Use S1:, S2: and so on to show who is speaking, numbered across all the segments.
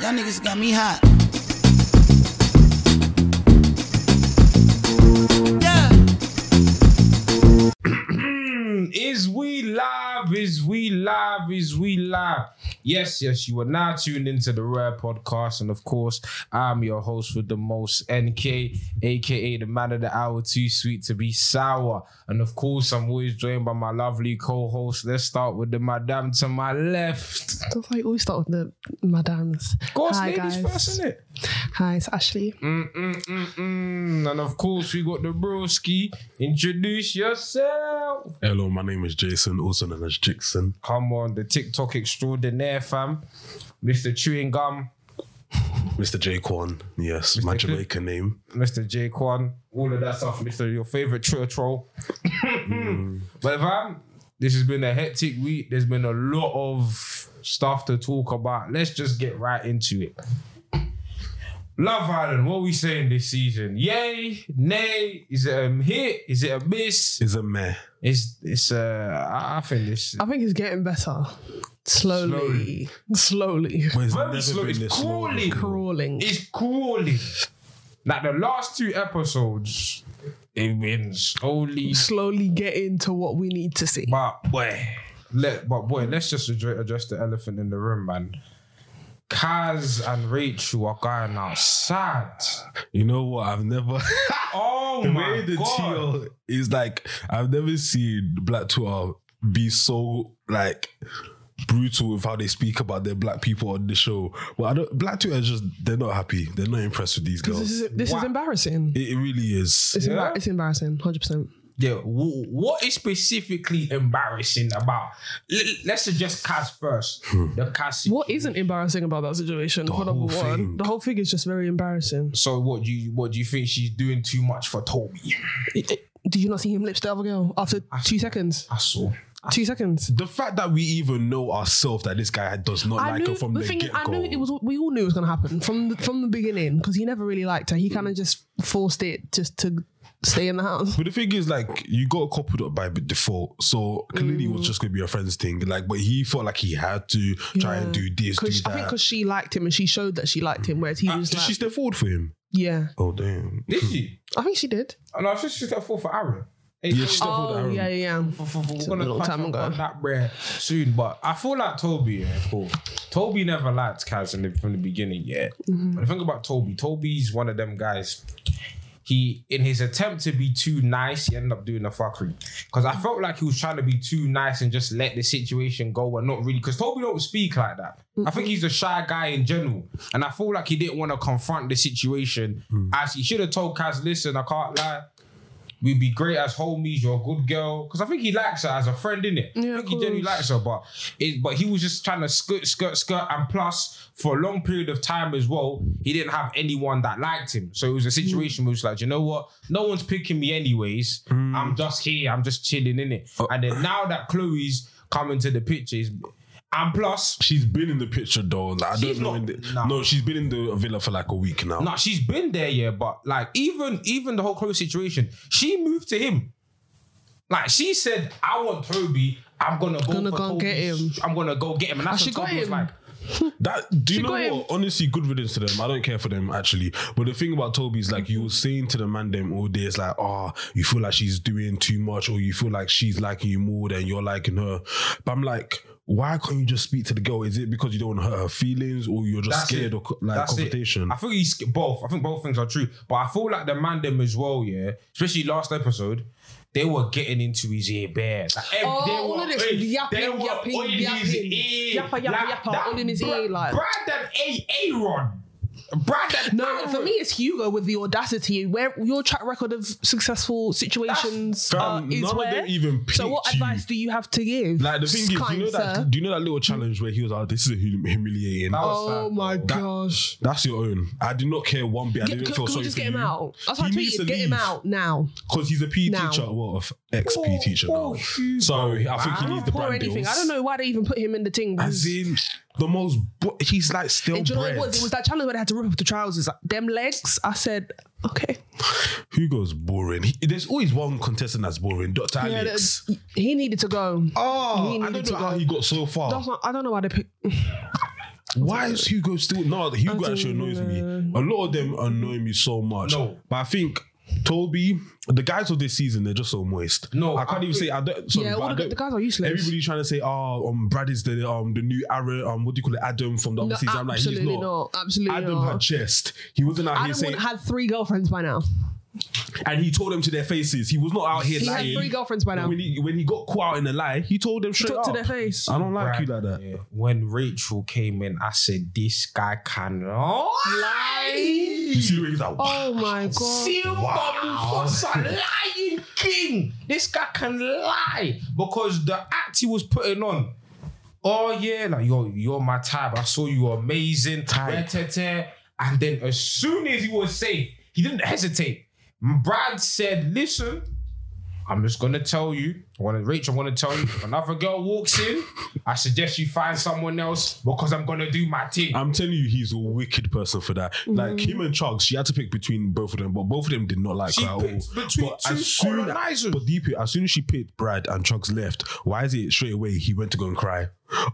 S1: Y'all niggas got me hot.
S2: Mm, is we live? Is we live? Is we live? Yes, yes, you are now tuned into the Rare Podcast. And of course, I'm your host with the most NK, aka the man of the hour, too sweet to be sour. And of course, I'm always joined by my lovely co host. Let's start with the madame to my left.
S3: That's why you always start with the madams.
S2: Of course,
S3: Hi,
S2: ladies
S3: guys.
S2: first, isn't it?
S3: Hi, it's Ashley.
S2: Mm, mm, mm, mm. And of course, we got the broski. Introduce yourself.
S4: Hello, my name is Jason, also known as Jixon.
S2: Come on, the TikTok extraordinaire, fam. Mr. Chewing Gum,
S4: Mr. Jaquan, yes, my
S2: Clip.
S4: Jamaican name.
S2: Mr. Jaquan, all of that stuff, Mr. Your favorite Twitter troll. But fam, this has been a hectic week. There's been a lot of stuff to talk about. Let's just get right into it. Love Island, what are we saying this season? Yay, nay, is it a hit? Is it a miss?
S4: Is a meh.
S2: It's it's uh I, I think this
S3: I think it's getting better. Slowly. Slowly.
S4: Well, it's
S2: Very
S4: never
S2: slow,
S4: been
S2: it's
S4: this long.
S2: crawling.
S3: Crawling.
S2: It's crawling. Like the last two episodes, it been slowly
S3: Slowly getting to what we need to see.
S2: But boy, let but boy, let's just address, address the elephant in the room, man. Kaz and Rachel are going out sad.
S4: You know what? I've never.
S2: Oh
S4: the
S2: my
S4: way the
S2: god!
S4: TL is like, I've never seen Black Twitter be so like brutal with how they speak about their black people on the show. Well, I don't. Black Twitter is just they're not happy. They're not impressed with these
S3: This
S4: girls.
S3: is, this
S2: Wow.
S3: is embarrassing.
S4: It, it really is.
S3: It's,
S2: Yeah.
S3: embar- it's embarrassing, 100%.
S2: Yeah, wh- what is specifically embarrassing about? L- let's suggest Kaz first. The Kaz.
S3: What isn't embarrassing about that situation? The
S4: whole thing.
S3: one. The whole thing is just very embarrassing.
S2: So what do you what do you think she's doing too much for Toby?
S3: It- it- did you not see him lips the other girl after two seconds?
S2: I saw.
S3: Two seconds.
S4: The fact that we even know ourselves that this guy does not
S3: I
S4: like
S3: knew
S4: her from
S3: the
S4: the,
S3: thing. Is,
S4: get
S3: I
S4: go.
S3: knew it was. We all knew it was going to happen from the, from the beginning because he never really liked her. He kind of just forced it just to stay in the house.
S4: But the thing is, like, you got coupled up by default, so clearly
S3: Mm.
S4: it was just gonna be a friend's thing. Like, but he felt like he had to try and do this, do
S3: Because I think
S4: that. Uh,
S3: because she liked him and she showed that she liked him, whereas he was
S4: Did
S3: like,
S4: she step forward for him?
S3: yeah,
S4: Oh damn!
S2: Did she?
S3: I think she did.
S2: And I think she's at four for Aaron.
S4: Yeah, she stepped forward.
S3: Oh
S4: Aaron.
S3: yeah, yeah, yeah.
S2: for, for, for,
S3: a
S2: we're gonna
S3: little
S2: touch
S3: time
S2: up
S3: ago.
S2: on that bread soon, but I feel like Toby, yeah, cool. Toby never liked Kaz in the, from the beginning, yeah. But the thing about Toby, Toby's one of them guys. He, in his attempt to be too nice, he ended up doing the fuckery. Because I felt like he was trying to be too nice and just let the situation go and not really. Because Toby don't speak like that. I think he's a shy guy in general, and I feel like he didn't want to confront the situation. As he should have told Kaz, "Listen, I can't lie we'd be great as homies. You're a good girl because I think he likes her as a friend, innit? I
S3: Yeah, of
S2: think he genuinely
S3: course.
S2: likes her, but it, but he was just trying to skirt, skirt, skirt, and plus for a long period of time as well, he didn't have anyone that liked him. So it was a
S3: Mm.
S2: situation where it's like, you know what? No one's picking me anyways. I'm just here. I'm just chilling, innit? And then now that Chloe's come into the pictures, and plus.
S4: She's been in the picture though. Like, I
S2: She's
S4: don't know.
S2: not-
S4: in the-
S2: nah.
S4: No, she's been in the villa for like a week now.
S2: No, she's been there, yeah, but like even even the whole Chloe situation, she moved to him. Like she said, I want Toby. I'm gonna go
S3: Gonna
S2: for
S3: go and
S2: Toby.
S3: get him."
S2: I'm gonna go get him. And that's
S3: she
S2: when
S3: got
S2: Toby was
S3: him.
S2: like,
S4: That do you
S3: She
S4: know
S3: got him.
S4: what? Honestly, good riddance to them. I don't care for them actually. But the thing about Toby is like you were saying to the man them all day, it's like, oh, you feel like she's doing too much, or you feel like she's liking you more than you're liking her. But I'm like, why can't you just speak to the girl? Is it because you don't want to hurt her feelings, or you're just
S2: That's
S4: scared
S2: it.
S4: of co- like
S2: That's it.
S4: confrontation?
S2: I think he's both. I think both things are true. But I feel like the man them as well, yeah. Especially last episode, they were getting into his ear bare. Like, ev-
S3: Oh,
S2: they
S3: all
S2: were,
S3: of this
S2: eh,
S3: yapping,
S2: they were
S3: yapping,
S2: all in his
S3: yapping.
S2: ear.
S3: Yappa, yappa,
S2: Like,
S3: yappa,
S2: that
S3: all in his ear,
S2: Bra-
S3: like-
S2: Brad and A- Aaron. Brad and
S3: No, for
S2: Aaron.
S3: me it's Hugo with the audacity. Where your track record of successful situations uh,
S4: Fam,
S3: is
S4: none of
S3: where.
S4: them even
S3: so what
S4: peeped you.
S3: advice do you have to give?
S4: like the thing is, do you
S3: kind
S4: know that?
S3: sir?
S4: Do you know that little challenge where he was like, this is hum- humiliating.
S2: That was
S3: Oh
S2: sad,
S3: my
S2: though.
S3: gosh.
S4: That's your own. I did not care one bit. I
S3: Get,
S4: didn't
S3: can
S4: feel
S3: can
S4: sorry
S3: we just
S4: for
S3: get him
S4: you.
S3: out? That's why I
S4: He needs to
S3: tweeted, get him
S4: leave.
S3: out now.
S4: because he's a PE
S3: Now.
S4: teacher, well, of ex PE teacher now.
S2: oh, Hugo,
S4: so I think he
S2: man.
S4: needs the
S3: Or
S4: brand
S3: anything.
S4: deals.
S3: I don't know why they even put him in the thing.
S4: As in the most, bu- he's like still
S3: And do you know what
S4: bread.
S3: it was? It was that challenge where they had to rip up the trousers. Like, them legs. I said, okay.
S4: Hugo's boring. He- there's always one contestant that's boring. Doctor Alex.
S3: Yeah, that- he needed to go.
S4: oh,
S3: he
S4: I
S3: needed
S4: don't
S3: to
S4: know how
S3: go.
S4: he got so far.
S3: That's not, I don't know why they picked.
S4: Why is Hugo still no? Hugo actually annoys me. A lot of them annoy me so much.
S2: No.
S4: but I think Toby, the guys of this season, they're just so moist.
S2: No,
S4: I can't
S2: I
S4: even say. I don't. Sorry,
S3: Yeah,
S4: but
S3: all
S4: I
S3: the gu-
S4: don't-
S3: the guys are useless.
S4: Everybody's trying to say, "Oh, um, Brad is the um the new Aaron. Um, what do you call it? Adam from the other
S3: No,
S4: season." I'm like, he's
S3: absolutely
S4: not.
S3: not. Absolutely
S4: Adam
S3: not.
S4: had chest. He wasn't out
S3: Adam
S4: here saying,
S3: would- had three girlfriends by now.
S4: and he told them to their faces. He was not out here
S3: He
S4: lying.
S3: had three girlfriends by now.
S4: when he when he got caught out in a lie, he told them straight
S3: Took
S4: up
S3: to their face.
S4: I don't like you like
S2: Brad,
S4: that.
S2: yeah. When Rachel came in, I said, "This guy cannot
S4: You
S2: lie."
S4: see the way he's like,
S3: Oh my god.
S2: Seal wow. lying king. This guy can lie because the act he was putting on. Oh yeah, like you're you're my type. I saw you were amazing. Type. And then as soon as he was safe, he didn't hesitate. Brad said, "Listen." I'm just gonna tell you, I wanna Rachel, I wanna tell you, if another girl walks in, I suggest you find someone else because I'm gonna do my thing.
S4: I'm telling you, he's a wicked person for that. Like him and Chugs, she had to pick between both of them, but both of them did not like
S2: She
S4: her. at
S2: picked
S4: all.
S2: between
S4: but
S2: two colonizers.
S4: But deep, as soon as she picked Brad and Chugs left, why is it straight away he went to go and cry?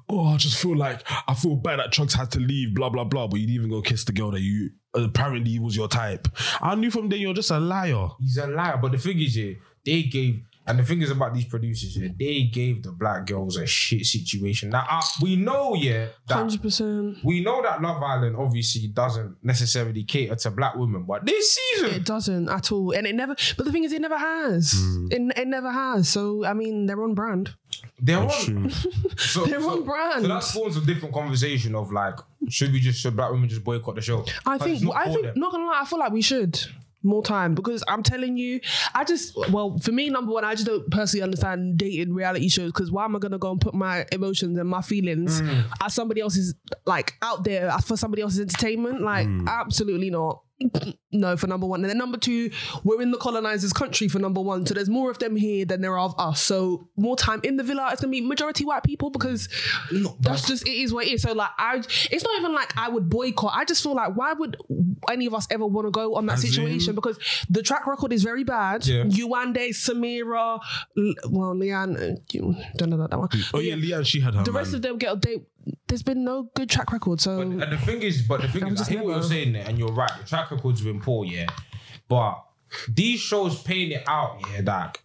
S4: Oh, I just feel like I feel bad that Chugs had to leave. Blah blah blah. But you didn't even go kiss the girl that you apparently was your type. I knew from then you're just a liar.
S2: he's a liar. But the thing is, yeah, they gave, and the thing is about these producers, yeah, they gave the black girls a shit situation. Now uh, we know, yeah, that
S3: 100%.
S2: we know that Love Island obviously doesn't necessarily cater to black women, but this
S3: It
S2: season,
S3: doesn't at all. And it never, but the thing is, it never has.
S4: Hmm.
S3: It, it never has. So, I mean, they're on brand.
S2: they're on. So,
S3: They're
S2: so-
S3: on brand.
S2: So that spawns a different conversation of like, should we just should black women just boycott the show?
S3: I
S2: But
S3: think.
S2: it's not
S3: I
S2: for
S3: think.
S2: them.
S3: Not gonna lie. I feel like we should more time because I'm telling you. I just. Well, for me, number one, I just don't personally understand dating reality shows because why am I gonna go and put my emotions and my feelings
S2: Mm.
S3: at somebody else's like out there for somebody else's entertainment? Like,
S2: Mm.
S3: absolutely not. No, for number one, and then number two, we're in the colonizers' country for number one, so there's more of them here than there are of us. So more time in the villa, it's gonna be majority white people because that's just it is what it is. So like I, it's not even like I would boycott. I just feel like why would any of us ever want to go on that
S4: As
S3: situation
S4: in-
S3: because the track record is very bad.
S2: Yeah.
S3: Yuande, Samira, L- well, Leanne, uh, you don't know about that one.
S4: Oh yeah, Leah, she had her.
S3: The rest of them get they. There's been no good track record, so
S2: And the thing is, but uh, the thing
S3: I'm
S2: is, I
S3: just
S2: hear what
S3: never-
S2: you're saying there, and you're right. The track record's been poor, yeah. But these shows paint it out, yeah, that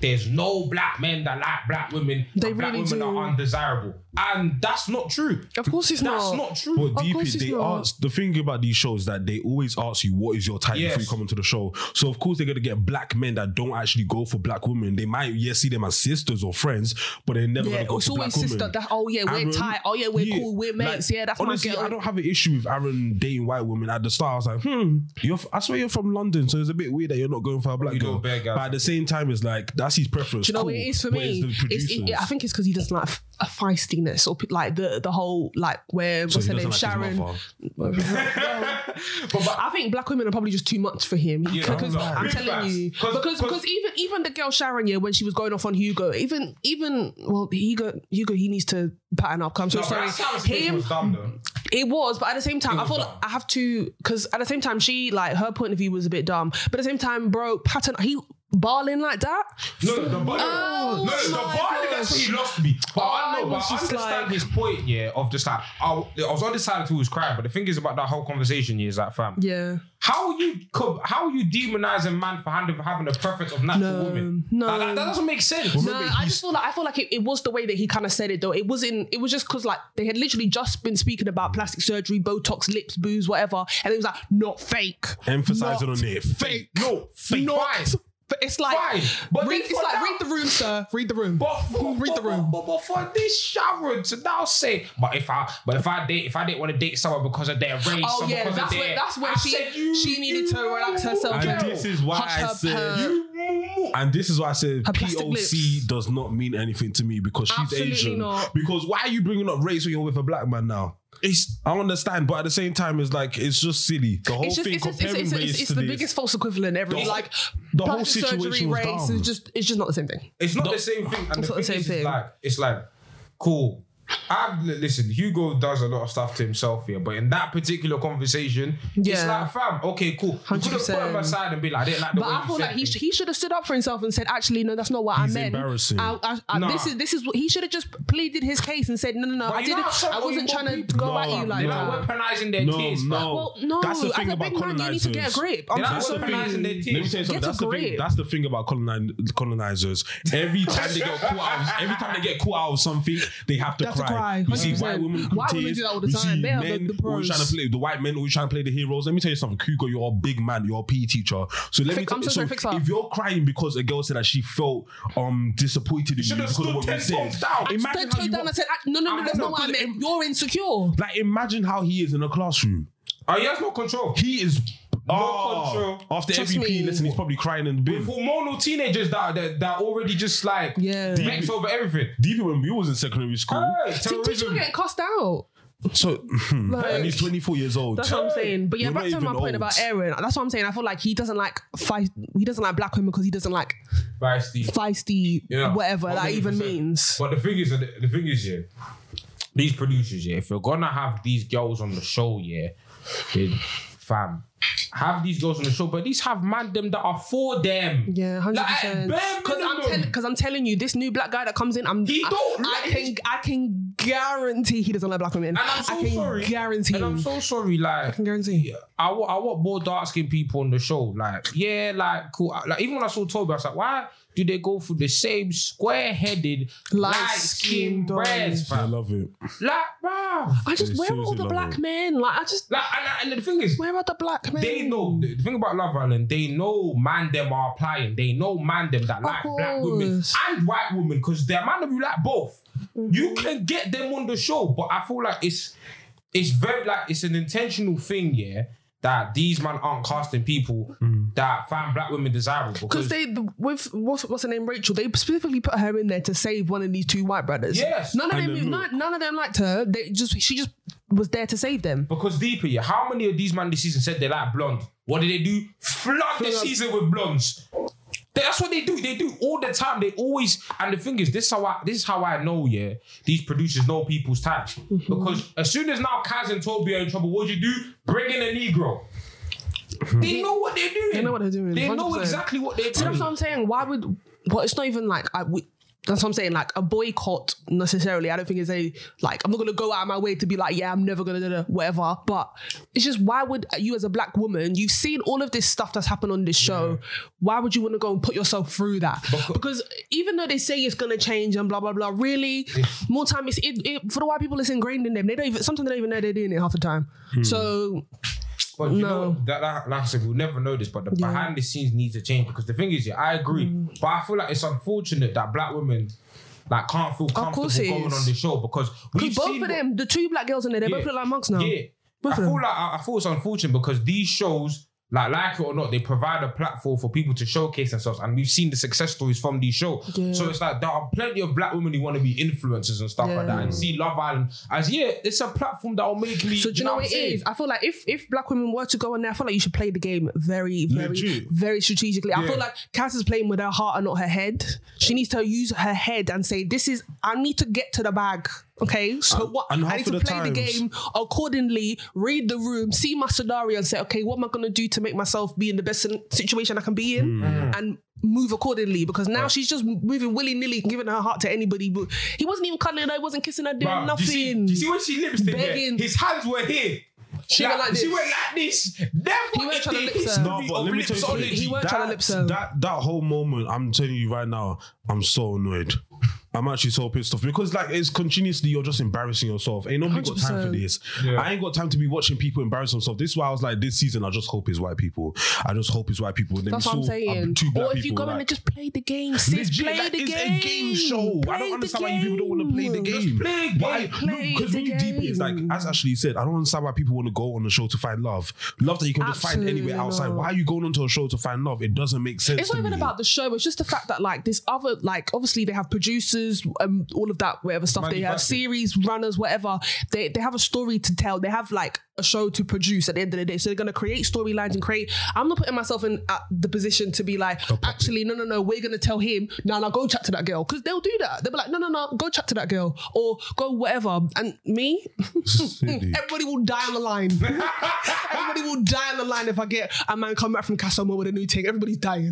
S2: there's no black men that like black women.
S3: They
S2: and black
S3: really
S2: women
S3: do.
S2: are undesirable, and that's not true.
S3: of course it's
S2: That's
S3: not.
S2: not true.
S4: But deep,
S3: course
S4: in,
S3: it's
S4: they
S3: not.
S4: ask the thing about these shows that they always ask you what is your type before
S2: Yes.
S4: you come into the show. So of course they're gonna get black men that don't actually go for black women. They might yes see them as sisters or friends, but they're never
S3: Yeah,
S4: gonna go
S3: oh, it's
S4: for black
S3: always
S4: women.
S3: sister. That, oh yeah, we're
S4: Aaron,
S3: tight. Oh yeah, we're cool. We're
S4: like,
S3: mates. yeah, that's
S4: honestly,
S3: my girl.
S4: I don't have an issue with Aaron dating white women. At the start, I was like, hmm, you're, f- I swear you're from London, so it's a bit weird that you're not going for a black
S2: You know
S4: girl.
S2: bad
S4: But
S2: guys.
S4: at the same time, it's like that's his preference.
S3: Do you know
S4: cool.
S3: what it is for
S4: But
S3: me?
S4: It's the
S3: It's- it-
S4: producers.
S3: I think it's because he doesn't like f- a feistiness or pe- like the the whole like where
S4: So
S3: what's
S4: he
S3: her name
S4: doesn't like his
S3: Sharon.
S4: mother.
S2: But- but
S3: I think black women are probably just too much for him.
S2: Yeah,
S3: because
S2: no,
S3: I'm
S2: big
S3: telling
S2: facts.
S3: you,
S2: 'Cause- 'cause-
S3: because because even even the girl Sharon, yeah, when she was going off on Hugo, even even well, Hugo Hugo he needs to pattern up. I'm so
S2: no, but
S3: sorry.
S2: that sounds
S3: Him,
S2: was dumb though.
S3: it was, but at the same time, I
S2: was
S3: feel like
S2: dumb.
S3: I have to because at the same time, she like her point of view was a bit dumb, but at the same time, bro, pattern he barling like that.
S2: No, no, the body, no,
S3: Oh
S2: no, the
S3: my
S2: body, that's where
S3: gosh. Oh,
S2: he lost me. But
S3: I
S2: I know, but
S3: was
S2: I
S3: just
S2: understand
S3: like-
S2: his point, yeah, of just like, I, I was on the side of who was crying, but the thing is about that whole conversation, yeah, is that, fam,
S3: Yeah.
S2: How are you co- how are you demonizing man for hand- having a preference of natural
S3: No,
S2: women?
S3: no.
S2: Like, that, that doesn't make sense.
S3: No, I just feel like I feel like it, it was the way that he kind of said it though. It wasn't. It was just because like they had literally just been speaking about plastic surgery, Botox, lips, booze, whatever, and it was like not fake,
S4: Emphasizing on it.
S2: Fake, no, fake,
S3: not.
S2: fine.
S3: But it's like,
S2: Fine. But
S3: read,
S2: then
S3: it's
S2: for
S3: like
S2: now-
S3: read the room, sir. Read the room.
S2: But for,
S3: read the
S2: but-
S3: room.
S2: but, but for this Sharon to now say, but if I, but if I date, if I didn't want to date someone because of their race,
S3: Oh
S2: or
S3: yeah,
S2: because
S3: that's
S2: of
S3: where
S2: their,
S3: that's where
S2: I
S3: she
S2: said, you-
S3: she needed to
S2: you-
S3: relax herself.
S4: And
S2: Girl.
S4: this is why
S3: Hush
S4: I
S3: up
S4: said.
S3: her-
S2: you-
S4: And this is why I said
S3: plastic lips.
S4: POC does not mean anything to me because she's
S3: Absolutely
S4: Asian.
S3: not.
S4: Because why are you bringing up race when you're with a black man now? It's I understand, but at the same time, it's like it's just silly. The whole
S3: It's just
S4: thing
S3: it's, just, it's,
S4: comparing
S3: it's,
S4: race
S3: it's, it's
S4: to
S3: the
S4: this-
S3: biggest false equivalent ever.
S4: The-
S3: like
S4: the whole
S3: plastic surgery,
S4: situation was
S3: race
S4: dumb.
S3: is just it's just not the same thing.
S2: It's not the same thing. And
S3: It's
S2: the
S3: not the
S2: thing
S3: same
S2: is,
S3: thing.
S2: It's like, it's like, cool. I've li- listen. Hugo does a lot of stuff to himself here, but in that particular conversation, it's
S3: Yeah.
S2: like, fam, okay, cool. You could have put him
S3: 100%.
S2: aside and be like, I didn't like the
S3: But
S2: way
S3: I
S2: you
S3: feel
S2: said
S3: like he,
S2: things.
S3: sh- he should have stood up for himself and said, actually, no, that's not what
S4: He's
S3: I meant.
S4: embarrassing.
S3: I, I, I,
S2: Nah.
S3: This is this is what he should have just pleaded his case and said, no, no, no,
S2: But
S3: I
S2: you know
S3: didn't.
S2: how some
S3: I wasn't
S2: Igbo
S3: trying to
S2: people-
S3: go
S4: No,
S3: at you like
S2: They're
S4: no.
S3: that.
S2: like weaponizing their
S4: No,
S2: kids. fam.
S4: no.
S3: Well, no,
S4: That's the thing
S3: as a
S4: about
S3: big man, you need to get a
S4: colonizers.
S3: grip.
S2: They're
S3: I'm
S2: not
S3: so
S2: weaponizing their
S3: sorry.
S4: Let me
S2: kids.
S4: tell you something.
S3: Get a
S4: That's the thing.
S3: grip.
S4: That's the thing about coloni- colonizers. Every time they get caught out, of- every time they get caught out of something, they have to
S3: They have to
S4: cry.
S3: cry,
S4: We see
S3: 100%.
S4: white women,
S3: White
S4: in
S3: women
S4: tears.
S3: do that all the
S4: We
S3: time.
S4: see
S3: They are the-
S4: men
S3: the pros.
S4: always trying to play the white men always trying to play the heroes. Let me tell you something, Hugo. You're a big man. You're a PE teacher. So let me
S3: Fix-
S4: tell
S3: I'm
S4: you.
S3: so sorry, fix
S4: so
S3: up.
S4: if you're crying because a girl said that she felt um disappointed in you
S2: Should have
S4: because
S2: stood
S4: of what you
S2: ten
S4: said,
S2: toes down.
S4: imagine
S3: Then
S4: how you
S3: turned down
S4: wa-
S3: and said, "Ah, no, no,
S4: I
S3: no, that's
S4: know,
S3: not what I
S4: because
S3: meant. You're insecure.
S4: like imagine how he is in a classroom.
S2: Oh, he has no control.
S4: He is. Oh,
S2: control.
S4: After
S3: Trust
S4: every PE
S3: me.
S4: lesson, he's probably crying in the bin.
S2: With hormonal teenagers that that, that already just like
S3: Yeah.
S2: makes over everything.
S4: DP when we was in secondary school.
S2: Hey,
S3: See, teachers
S2: terrorism.
S3: are getting cussed out.
S4: So
S3: Like-
S4: Mm. and he's 24 years old.
S3: That's what I'm saying. But yeah,
S4: You're
S3: back
S4: not
S3: to my
S4: even old.
S3: point about Aaron. That's what I'm saying. I feel like he doesn't like fight. He doesn't like black women because he doesn't like
S2: Feisty.
S3: feisty,
S2: Yeah.
S3: whatever that even
S2: 100%.
S3: means.
S2: But the thing is, the, the thing is, yeah, these producers, yeah, if you're gonna have these girls on the show, yeah, then fam, have these girls on the show, but at least have man them that are for them.
S3: Yeah, hundred
S2: Like, at
S3: percent.
S2: bare
S3: Because I'm
S2: minimum.
S3: telling, because I'm telling you, this new black guy that comes in, I'm.
S2: He
S3: I,
S2: don't
S3: I
S2: like
S3: can, I can guarantee he doesn't like black women.
S2: And I'm so
S3: I can
S2: sorry.
S3: guarantee.
S2: And I'm so sorry, like.
S3: I can guarantee.
S2: I want, I want more dark skinned people on the show. Like, yeah, like, cool. I- Like, even when I saw Toby, I was like, why do they go through the same square headed, light
S3: Light-skinned
S2: skinned breads,
S3: ones.
S4: I
S2: fam?
S4: love it.
S2: Like, bruv.
S3: I just
S4: It's
S3: where are all
S4: seriously
S3: the
S4: like
S3: black
S4: that.
S3: men? Like I just
S2: Like, and, and the thing is,
S3: where are the black men?
S2: they know the thing about Love Island. They know man them are applying. They know man them that like black women
S3: course. Mm-hmm.
S2: and white women because they're man them you like both. You can get them on the show, but I feel like it's it's very like it's an intentional thing, yeah. That these man aren't casting people that find black women desirable
S3: Because
S2: because
S3: they with what's, what's her name Rachel, they specifically put her in there to save one of these two white brothers.
S2: Yes.
S3: none of
S4: And
S3: them,
S4: then look.
S3: none, none of them liked her. They just she just was there to save them.
S2: because deeper, yeah. How many of these man this season said they like blonde? What did they do? Flood the
S3: Flood.
S2: season with blondes. That's what they do. They do all the time. They always and the thing is, this is how I this is how I know, yeah, these producers know people's types.
S3: Mm-hmm.
S2: Because as soon as now Kaz and Toby are in trouble, what do you do? Bring in a Negro. They know what they're doing. They
S3: Mm-hmm. know what they're doing,
S2: They know
S3: 100%.
S2: exactly what they're
S3: See,
S2: doing.
S3: that's what I'm saying. Why would? Well, it's not even like I. We, that's what I'm saying. Like a boycott necessarily. I don't think it's a like. I'm not gonna go out of my way to be like, yeah, I'm never gonna do the- whatever. But it's just why would you, as a black woman, you've seen all of this stuff that's happened on this show. Why would you want to go and put yourself through that? Because, even though they say it's gonna change and blah blah blah, really, more time it's it, it for the white people. It's ingrained in them. They don't even sometimes they don't even know they're doing it half the time.
S2: Hmm.
S3: So
S2: But you
S3: No.
S2: know that, that like I said, we'll never know this, but the
S3: Yeah. Mm.
S2: behind the scenes needs to change because the thing is, yeah, I agree. But I feel like it's unfortunate that black women like can't feel comfortable
S3: course it
S2: going
S3: is.
S2: on the show because we've
S3: because both
S2: seen
S3: of
S2: what-
S3: them, the two black girls in there, they both
S2: Yeah.
S3: look like monks now.
S2: Yeah. I
S3: Both of
S2: feel
S3: them.
S2: like I, I feel it's unfortunate because these shows, like like it or not, they provide a platform for people to showcase themselves. And we've seen the success stories from these shows.
S3: Yeah.
S2: So it's like there are plenty of black women who want to be influencers and stuff like that. And see Love Island as yeah, it's a platform that will make me.
S3: So do you know what it is? I feel like if if black women were to go on there, I feel like you should play the game very, very,
S4: Legit.
S3: very strategically. I
S2: Yeah.
S3: feel like Cass is playing with her heart and not her head. She needs to use her head and say, "This is I need to get to the bag." Okay, so what?
S4: and half
S3: I need
S4: of
S3: to
S4: the
S3: play the
S4: times-
S3: game accordingly. Read the room, see my scenario, and say, "Okay, what am I going to do to make myself be in the best sin- situation I can be in?" and move accordingly because now she's just moving willy-nilly giving her heart to anybody but he wasn't even cuddling her he wasn't kissing her doing
S2: Bruh,
S3: nothing
S2: Do you see, do you see when she lips did there?
S3: Begging.
S2: His hands were here.
S3: She went like
S2: She
S3: this.
S2: went like this. Never
S3: He weren't
S2: in
S3: tryna
S2: the
S3: lip serve.
S2: history
S4: No, but
S2: of
S4: let me tell you something.
S2: lipsology.
S3: He weren't trying to lip
S4: That-
S3: serve.
S4: That that whole moment, I'm telling you right now, I'm so annoyed. I'm actually so pissed off because like it's continuously you're just embarrassing yourself. Ain't nobody got time for this. I ain't got time to be watching people embarrass themselves. This is why I was like, this season I just hope it's white people. I just hope it's white people. Then
S3: That's
S4: we
S3: what I'm
S4: saw, uh,
S3: saying.
S4: Two black
S3: Or if you
S4: people,
S3: go in
S4: like-
S3: and just play the game, sis,
S4: Legit,
S3: play
S4: that
S3: the
S4: is
S3: game.
S4: a game show. I
S3: Play
S4: don't
S3: the
S4: understand why you people don't want to play the
S3: game.
S4: game.
S2: play the
S4: Why?
S2: game.
S3: Play
S4: Because
S3: the
S4: when you deep it, it's like
S3: game.
S4: as Ashley said, I don't understand why people want to go on a show to find love. Love that you can just find
S3: Absolutely
S4: anywhere outside.
S3: not.
S4: Why are you going onto a show to find love? It doesn't make sense.
S3: It's not
S4: to
S3: even
S4: me.
S3: about the show. It's just the fact that like this other like obviously they have producers actors, um, all of that, whatever stuff they have,
S2: Manufactured.
S3: series runners, whatever. They they have a story to tell. They have like a show to produce at the end of the day. So they're gonna create storylines and create. I'm not putting myself in uh, the position to be like, actually, no, no, no. We're gonna tell him now. Now go chat to that girl because they'll do that. They'll be like, no, no, no. Go chat to that girl or go whatever. And me,
S4: Silly.
S3: Everybody will die on the line. Everybody will die on the line if I get a man come back from Casamo with a new thing. Everybody's dying.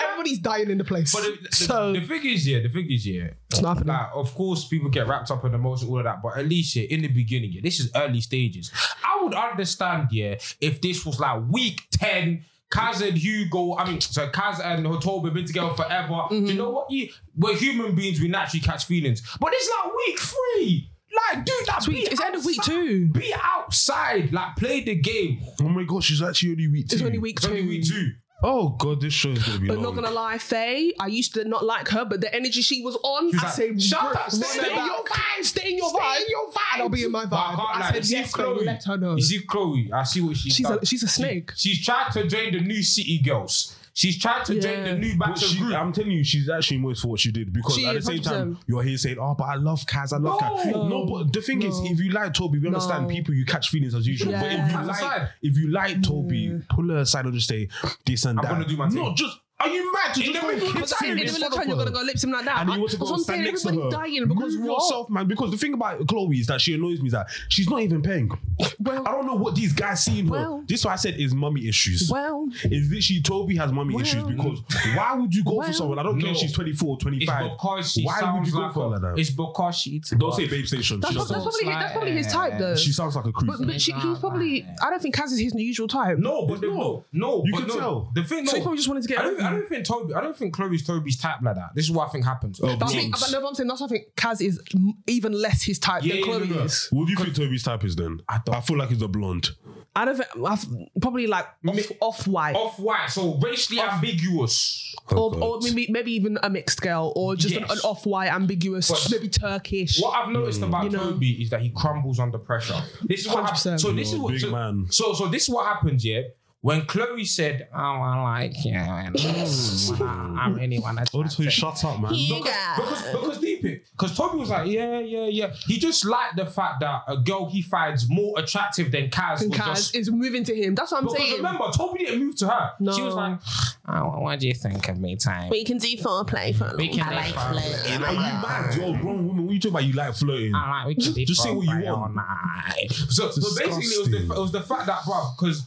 S3: Everybody's dying in the place.
S2: But the, the,
S3: so
S2: the thing is, yeah, the thing is, yeah.
S3: It's not happening.
S2: Like, of course, people get wrapped up in emotion, all of that. But at least, yeah, in the beginning, yeah, this is early stages. I would understand, yeah, if this was like week 10. Kaz and Hugo, I mean, so Kaz and Hotoba have been together forever. You
S3: Mm-hmm.
S2: know what? Yeah, we're human beings, we naturally catch feelings. But it's like week three. Like, dude, that's
S3: It's week-
S2: week.
S3: it's end of week two.
S2: Be outside, like, play the game.
S4: Oh my gosh, it's actually only week two.
S3: it's only week
S2: It's
S3: two.
S2: only week two.
S4: Oh god, this show is gonna be
S3: But
S4: long.
S3: not gonna lie, Faye, I used to not like her, but the energy she was on,
S2: She's
S3: I
S2: like,
S3: said,
S2: "Shut
S3: "Bro,
S2: up, stay
S3: stay
S2: in
S3: in your
S2: your
S3: vibe, stay in your
S2: Stay
S3: vibe,
S2: in your vibe."
S3: and I'll be in my vibe.
S2: But I can't
S3: I,
S2: lie, you
S3: said,
S2: see
S3: yes, Faye,
S2: Chloe.
S3: let her know.
S2: You see Chloe. I see what she's.
S3: She's
S2: done.
S3: a- she's a snake.
S2: She- she's tried to join the new city girls. She's tried to join
S3: Yeah.
S2: the new
S4: But
S2: batch of
S4: she,
S2: group.
S4: I'm telling you, she's actually most for what she did because
S3: She
S4: at the
S3: is,
S4: same time,
S3: 100%.
S4: you're here saying, "Oh, but I love Kaz, I
S2: No.
S4: love Kaz." No,
S3: No.
S4: but the thing is,
S3: No.
S4: if you like Toby, we understand
S3: No.
S4: people, you catch feelings as usual. But if
S3: Yeah.
S4: you
S2: Aside.
S4: like, if you like Toby, pull her aside and just say this and
S2: I'm
S4: that.
S2: gonna do my
S4: no,
S2: thing.
S4: just are you mad to
S2: In
S4: just
S2: the
S4: go
S2: middle of the
S4: kiss
S2: time,
S4: him
S3: in the
S4: in
S3: middle of
S4: front
S3: the
S4: of
S3: train, you're
S4: her?
S3: gonna go lips him like that.
S4: and you want
S3: That's
S4: to go
S3: what I'm
S4: and stand
S3: saying.
S4: next to
S3: Everybody's
S4: her.
S3: dying because
S4: Move
S3: what?
S4: yourself, man. Because the thing about Chloe is that she annoys me is that she's not even paying.
S3: Well-
S4: I don't know what these guys see in her.
S3: Well-
S4: this is why I said is mummy issues.
S3: Well,
S4: Is that she Toby has mummy
S3: Well-
S4: issues because why would you go
S3: Well-
S4: for someone? I don't care
S2: No.
S4: if she's 24 or
S2: it's
S4: 25.
S2: because she
S4: why would
S2: sounds
S4: you go
S2: like,
S4: for
S2: a-
S4: her like that?
S2: It's because she.
S4: Don't say babe station. She,
S3: that's,
S4: sounds,
S3: that's probably that's probably his type though.
S4: she sounds like a creep.
S3: But, but she, he's probably. I don't think Kaz is his usual type.
S2: No, but the, no,
S4: No.
S2: no,
S4: You
S2: but
S4: can
S2: no.
S4: tell.
S2: The thing, no,
S3: So he probably just wanted to get
S2: I don't,
S3: over it.
S2: I don't think Toby. I don't think Chloe's Toby's type like that. This is what I think happens.
S4: Oh,
S3: That's what, but no, but I'm saying that's why I think Kaz is m- even less his type
S2: Yeah,
S3: than
S2: yeah, no,
S3: Chloe
S2: no.
S3: is.
S4: what do you think Toby's type is then? I, feel like he's a blonde.
S3: I don't think I've, probably like
S2: Off-
S3: off white,
S2: Off white, so racially ambiguous.
S4: Oh,
S3: or, or
S4: God.
S3: maybe, maybe even a mixed girl, or just an,
S2: Yes.
S3: an off white, ambiguous,
S2: But-
S3: maybe Turkish.
S2: What I've noticed
S4: Mm.
S2: about
S3: You know.
S2: Toby is that he crumbles under pressure. This is what happens.
S3: 100%.
S2: So this
S4: You're
S2: is
S4: a
S2: what
S4: big
S2: so,
S4: man.
S2: so so this is what happens, yeah. When Chloe said, "Oh, I like you," and I, I really want to.
S4: Oh, so shut up, man.
S2: because because deep it because Toby was like, yeah, yeah, yeah. He just liked the fact that a girl he finds more attractive than Kaz
S3: and
S2: was
S3: Kaz
S2: just.
S3: is moving to him. That's what I'm
S2: Because
S3: saying.
S2: remember, Toby didn't move to her. She was
S3: No.
S2: like, oh, "What do you think of me, time?"
S3: you can do foreplay for a
S2: We can like
S4: Are you mad? You're a grown woman. What are you talking about? You like flirting?
S3: Ah.
S2: I like we can be
S4: Just say what you
S2: friends all
S4: want.
S2: night. So, so basically, it was, the,
S4: Disgusting.
S2: it was the fact that, bro, because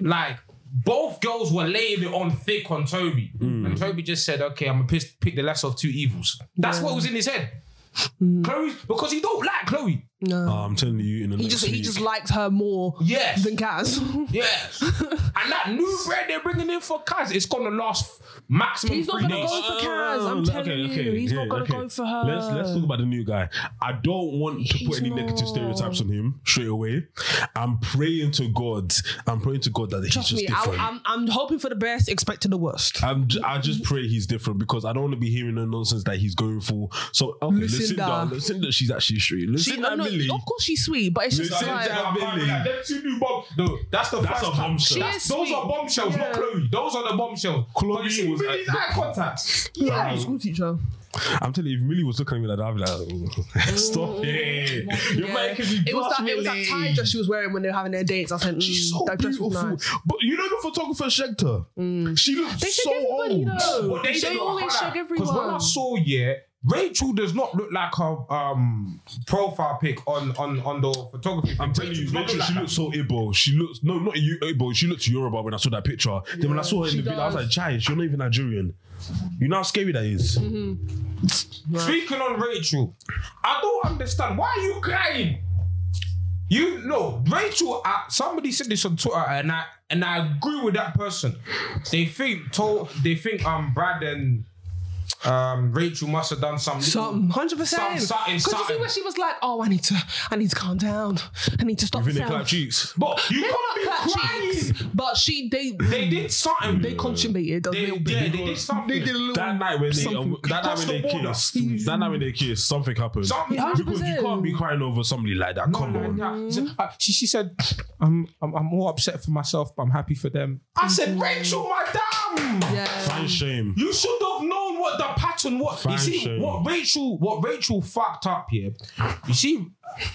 S2: like both girls were laying it on thick on Toby,
S4: Mm.
S2: and Toby just said, "Okay, I'm gonna piss, pick the lesser of two evils." That's what was in his head.
S3: Mm.
S2: Chloe, because he don't like Chloe.
S3: no.
S4: Oh, I'm telling you, in the
S3: He
S4: next
S3: just
S4: week,
S3: he just liked her more
S2: Yes.
S3: than Kaz.
S2: Yes, and that new bread they're bringing in for Kaz, it's gonna last maximum
S3: He's not
S2: three
S3: gonna
S2: days.
S3: go for Kaz. I'm
S4: Oh,
S3: telling you, he's
S4: yeah,
S3: not gonna
S4: okay.
S3: go for her.
S4: Let's let's talk about the new guy. I don't want to
S3: He's
S4: put any negative
S3: not.
S4: stereotypes on him straight away. I'm praying to God. I'm praying to God that
S3: Trust
S4: he's
S3: me,
S4: just
S3: I,
S4: different. I,
S3: I'm I'm hoping for the best, expecting the worst.
S4: am j- I just pray he's different because I don't want to be hearing the nonsense that he's going for. So okay,
S3: Lucinda.
S4: Lucinda, Lucinda, she's actually straight.
S3: She,
S4: Lucinda
S3: no, no,
S4: Millie.
S3: of course she's sweet, but it's just
S4: Lucinda
S3: like
S4: Millie.
S2: Like, them two new bomb- No, that's the
S4: That's
S2: first
S4: a
S2: time.
S4: bombshell.
S2: That's-
S3: She is
S2: those
S3: sweet.
S2: are bombshells, not
S3: Yeah.
S2: Chloe. Those are the bombshells.
S4: Chloe
S2: But you see
S4: was
S2: Millie's
S4: at the-
S2: eye contact.
S3: yeah, school teacher.
S4: I'm telling you, if Millie was looking at me like that, I'd be like, stop it. You're making me
S3: Oh, It was
S4: blush,
S3: that it was that
S4: Millie.
S3: tie dress she was wearing when they were having their dates. I was like, mm,
S4: She's so
S3: that dress was
S4: beautiful.
S3: nice. Mm.
S4: But you know the photographer shagged her. She looked
S3: They
S4: so
S3: shag everybody
S4: old.
S3: though.
S2: But
S3: They, always shag
S2: Because when I
S3: everyone.
S2: saw yeah, Rachel does not look like her um profile pic on on on the photography.
S4: I'm telling you, Rachel, she looks so Igbo. She looks no, not you Igbo. She looks Yoruba when I saw that picture. then when I saw her in
S3: she
S4: the video, I was
S3: does.
S4: like, "Chai, you're not even Nigerian. You know how scary that
S3: Mm.
S4: is?
S2: Speaking on Rachel, I don't understand why are you crying. You know, Rachel. Uh, somebody said this on Twitter, and I and I agree with that person. They think told they think um Brad and um Rachel must have done something.
S3: Something, hundred
S2: Some-
S3: percent.
S2: something,
S3: Because you see
S2: something.
S3: where she was like, "Oh, I need to, I need to calm down. I need to stop
S4: Even the
S3: myself."
S4: clap cheeks.
S2: But you
S3: Maybe
S2: can't be
S3: not clap
S2: crying.
S3: cheeks, but she they
S2: They did something.
S3: they consummated a
S2: They,
S3: little
S2: yeah,
S3: bit.
S2: they did something.
S3: They did a little.
S4: That night when they um,
S3: Something.
S4: that night
S2: Crossed
S4: when
S2: the
S4: they
S2: border.
S4: kissed, that night when they kissed, something happened.
S2: Something
S3: Yeah,
S4: Because you can't be crying over somebody like that.
S2: No,
S4: Come
S2: no,
S4: on.
S3: Hmm?
S2: no. So, uh, She, she said, I'm, I'm, I'm more upset for myself, but I'm happy for them. I said, Rachel, madam,
S3: yeah.
S4: Find shame.
S2: you should have known what what the pattern was. You see
S4: Fashion.
S2: what Rachel, what Rachel fucked up here. You see,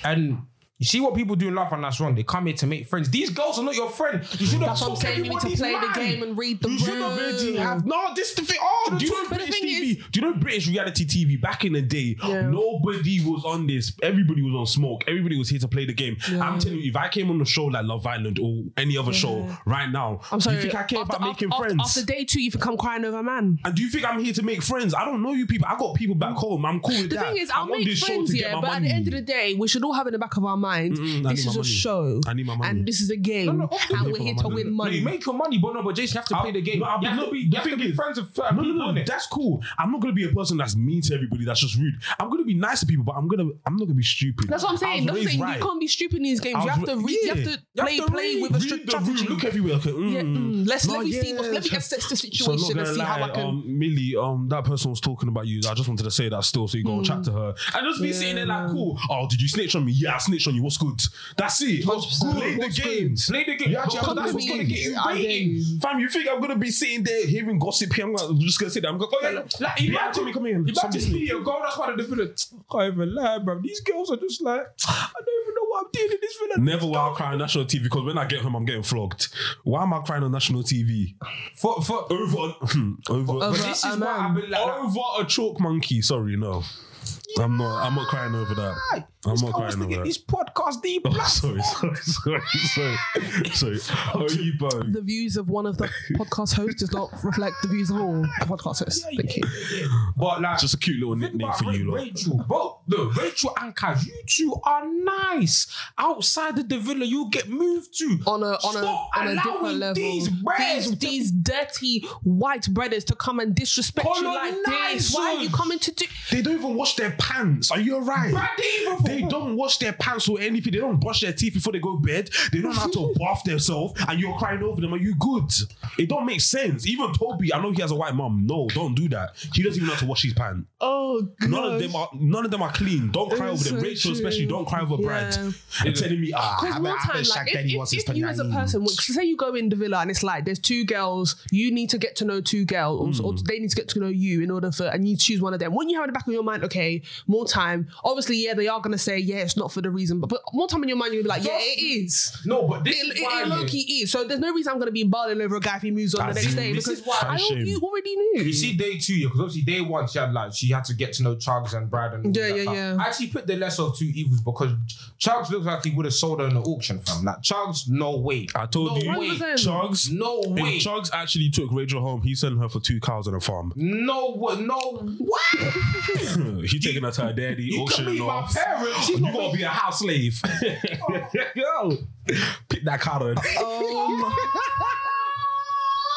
S2: and you see what people do in life, and that's wrong. They come here to make friends. These girls are not your friend. You should have
S3: That's what I'm
S2: took
S3: saying. You need to
S2: everybody's
S3: play the
S2: man.
S3: game and read the
S2: You should have
S3: room.
S2: have no. This is the thing. Oh,
S4: Do
S2: do
S4: you know
S3: But the
S4: British
S3: thing
S4: TV? do you know British reality TV? Back in the day,
S3: Yeah.
S4: nobody was on this. Everybody was on smoke. Everybody was here to play the game. I'm telling you, if I came on a show like Love Island or any other show right now,
S3: I'm sorry.
S4: do you think I care
S3: after-
S4: about making
S3: after-
S4: friends?
S3: After day two, you've become crying over a man.
S4: and do you think I'm here to make friends? I don't know you people. I got people back home. I'm cool with
S3: The
S4: that.
S3: thing is, I'll
S4: I'm on
S3: make
S4: this show to
S3: friends,
S4: get
S3: yeah,
S4: my
S3: but at the end of
S4: money.
S3: the day, we should all have in the back of our mind
S4: Mm-mm, I
S3: this
S4: need
S3: is
S4: my
S3: a
S4: money.
S3: show.
S4: I need my money.
S3: And this is a game.
S2: no, obviously
S3: and
S4: pay
S3: we're
S4: for
S3: here
S4: my
S3: to
S4: money.
S3: win
S2: No,
S3: money.
S2: you make your money, but no, but Jason, you have to play the game.
S4: No, I'll
S2: you
S4: be-
S2: have
S4: no,
S2: to be,
S4: the
S2: you have to
S4: thing
S2: be
S4: is-
S2: friends with uh,
S4: No,
S2: people
S4: no,
S2: in
S4: no.
S2: it.
S4: That's cool. I'm not gonna be a person that's mean to everybody. That's just rude. I'm gonna be nice to people, but I'm gonna I'm not gonna be stupid.
S3: That's what I'm
S4: I
S3: saying.
S4: was
S3: That's the
S4: raised
S3: thing.
S4: right.
S3: You can't be stupid in these games.
S4: I
S3: You
S4: was
S3: have to
S4: ra-
S3: read.
S4: yeah.
S3: You have to play,
S2: to
S3: play
S2: read-
S3: with a
S4: Read
S3: strat-
S4: the room,
S3: strategy.
S4: Look everywhere. Okay, mm,
S3: Yeah, mm, let's
S4: no,
S3: let me see.
S4: yeah.
S3: What, let me assess the
S4: So I'm
S3: situation
S4: not
S3: and
S4: gonna
S3: see
S4: lie,
S3: how I can.
S4: um, Millie, um, that person was talking about you. I just wanted to say that still, so you go and
S3: Hmm.
S4: chat to her and just be sitting there like, cool. Oh, did you snitch on me? Yeah, I snitched on you. What's good? That's it. What's
S3: good?
S4: Play the
S3: What's good?
S4: games.
S2: Play the game.
S4: You actually
S2: But
S4: have
S2: that's
S4: to
S2: what's
S4: play
S2: gonna
S4: the
S2: get you
S4: games.
S3: I get
S2: rating.
S3: you.
S4: Fam, you think I'm gonna be sitting there hearing gossip here? I'm gonna- I'm just gonna sit there. I'm gonna go, oh, yeah,
S2: Like,
S4: yeah,
S2: imagine-
S4: come here, come here.
S2: Imagine
S4: Something.
S2: me, a girl. That's one of the videos. I can't even lie, bro. These girls are just like, I don't even know what I'm doing in this villa.
S4: Never will I cry on national TV because when I get home, I'm getting flogged. Why am I crying on national TV?
S2: For for
S4: Over, over,
S2: but
S4: over,
S3: Over
S2: this
S3: a
S2: is what
S3: man.
S2: I've been like. like,
S4: a chalk monkey. Sorry, no. I'm not. I'm not crying over that. I'm
S2: this girl was
S4: not crying over
S2: thinking
S4: that.
S2: this podcast the
S4: Oh,
S2: platform.
S4: sorry, sorry, sorry, sorry, sorry. Oh, you both.
S3: the views of one of the podcast hosts does not reflect the views of all the podcast hosts. Thank you.
S2: But like,
S4: Just a cute little nickname
S2: But
S4: for
S2: Ra-
S4: you, lot.
S2: Rachel, bro. The Rachel and Kaz, you two are nice. Outside of the villa, you get moved to
S3: On a on a
S2: Stop
S3: on a different
S2: allowing
S3: level.
S2: These breads,
S3: these, these dirty white breaders to come and disrespect you like this. Why are you
S2: Colonizers.
S3: coming to do?
S4: They don't even wash their pants. Are you alright?
S2: Bruh, they even for-
S4: They don't wash their pants or anything. They don't brush their teeth before they go to bed. They don't know how to bath themselves, and you're crying over them. Are you good? It don't make sense. Even Toby, I know he has a white mum. No, don't do that. He doesn't even know how to wash his pants.
S3: Oh god!
S4: None of them are. None of them are clean. Don't cry
S3: It's
S4: over them.
S3: so
S4: Rachel,
S3: true.
S4: especially, don't cry over Brad.
S3: Yeah.
S4: And telling me, ah, I
S3: Because
S4: haven't-
S3: more
S4: I haven't
S3: time, like
S4: shagged
S3: if,
S4: anyone
S3: if,
S4: since
S3: if you as a
S4: 2019.
S3: person, which- say you go in the villa and it's like there's two girls, you need to get to know two girls,
S4: Hmm.
S3: or they need to get to know you in order for, and you choose one of them. When you have in the back of your mind, okay, more time. Obviously, yeah, they are gonna say yeah, it's not for the reason, but, but more time in your mind, you'll be like, yeah, it is.
S2: No, but this
S3: It,
S2: is
S3: it,
S2: why
S3: it
S2: yeah.
S3: low key is. So there's no reason I'm gonna be barling over a guy if he moves on the
S4: That's
S3: next
S4: it.
S3: day
S4: This
S3: because
S4: is why-
S3: I al-
S4: Shame.
S3: you already knew.
S2: You see day two, yeah, because obviously day one she had like she had to get to know Chugs and Brad and all
S3: Yeah,
S2: that
S3: yeah,
S2: stuff.
S3: yeah.
S2: I actually put the lesser of two evils because Chugs looks like he would have sold her in the auction, fam. Like Chugs, no way.
S4: I told
S2: No
S4: you,
S2: way.
S4: Chugs.
S2: No
S4: If
S2: way.
S4: Chugs actually took Rachel home, he's selling her for two cows on a farm.
S2: No what no what?
S4: He taking her to her daddy,
S2: You could
S4: auctioning
S2: be my
S4: off.
S2: parents. She's
S4: You
S2: not
S4: gotta be a house slave. Yo, pick that card.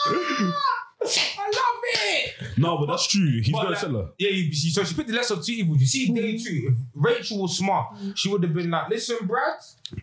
S2: I love it.
S4: no, but that's true. He's
S2: But
S4: gonna
S2: like-
S4: sell her.
S2: Yeah, you see, so she picked the lesser of two evils. You see, day two, if Rachel was smart, she would have been like, listen, Brad,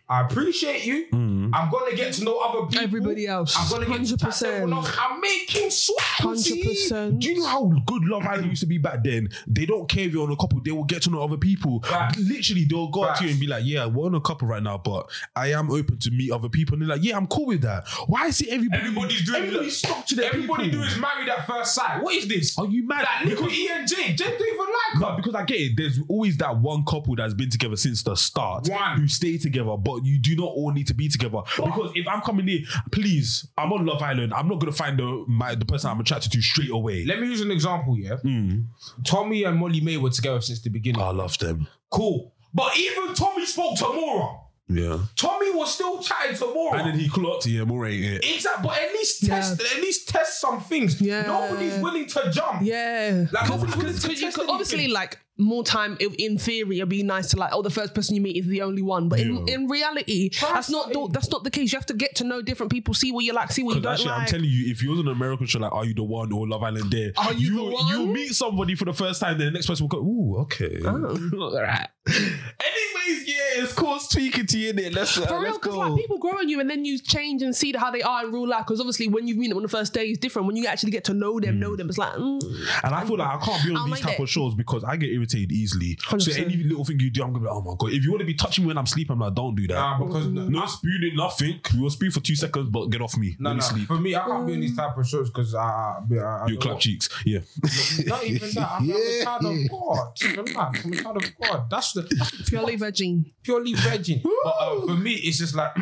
S2: I appreciate you.
S4: Mm-hmm.
S2: I'm going to get to know other people.
S3: Everybody else.
S2: I'm going to get to chat to
S3: 100%.
S2: everyone else. I'm making sweat.
S3: Hundred percent.
S4: Do you know how good Love Island used to be back then? They don't care if you're on a couple, they will get to know other people.
S2: Facts.
S4: Literally, they'll go up
S2: Facts.
S4: to you and be like, Yeah, we're on a couple right now, but I am open to meet other people. And they're like, Yeah, I'm cool with that. Why is it everybody
S2: Everybody's doing
S4: everybody's stuck to their
S2: Everybody
S4: people?
S2: do is married at first sight. What is this?
S4: Are you mad?
S2: Like, look at E and J. J don't even like her.
S4: No, because I get it. There's always that one couple that's been together since the start
S2: One.
S4: who stay together, but you do not all need to be together. Because if I'm coming in, please, I'm on Love Island. I'm not gonna find the my the person I'm attracted to straight away.
S2: Let me use an example, yeah?
S4: Hmm.
S2: Tommy and Molly May were together since the beginning.
S4: I love them.
S2: cool. But even Tommy spoke to Mora.
S4: Yeah.
S2: Tommy was still chatting to Mora.
S4: And then he clocked. Yeah, more ain't it.
S2: Exactly, but at least test, at least test some things.
S3: Yeah.
S2: Nobody's willing to jump.
S3: Yeah.
S2: Like nobody's willing to
S3: Because you
S2: test
S3: could obviously
S2: anything.
S3: like more time i- in theory it'd be nice to like oh the first person you meet is the only one but in,
S4: Yeah.
S3: in reality that's not the, that's not the case you have to get to know different people see what you like see what you
S4: Because
S3: don't
S4: actually,
S3: like
S4: I'm telling you, if you was on an American show like Are You the One or Love Island There,
S3: Are You the One? Oh.
S4: you meet somebody for the first time, then the next person will go, Ooh, okay. All right. Anyways, yeah, it's cool speaking to you in there. Let's, uh,
S3: for real,
S4: let's
S3: because
S4: go.
S3: like people grow on you, and then you change and see how they are in real life. Because obviously, when you meet them on the first day, it's different. When you actually get to know them, know them, it's like mm.
S4: And I feel like I can't be on
S3: I'll
S4: these
S3: mind
S4: type
S3: it.
S4: of shows because I get irritated easily. So
S3: 100%.
S4: any little thing you do, I'm gonna be like, oh my god. If you want to be touching me when I'm sleeping, I'm like, don't do that.
S2: Nah, because
S4: no spooning, nothing. You'll spoon for two seconds, but get off me.
S2: no,
S4: Let
S2: no.
S4: me sleep.
S2: For me, I can't be in these type of shows because I, I, I, I
S4: You clap cheeks. Yeah.
S2: Not even that. I'm, I'm a child of God. Relax. I'm a child of God. That's the that's the
S3: Purely virgin.
S2: purely virgin. but uh, for me, it's just like.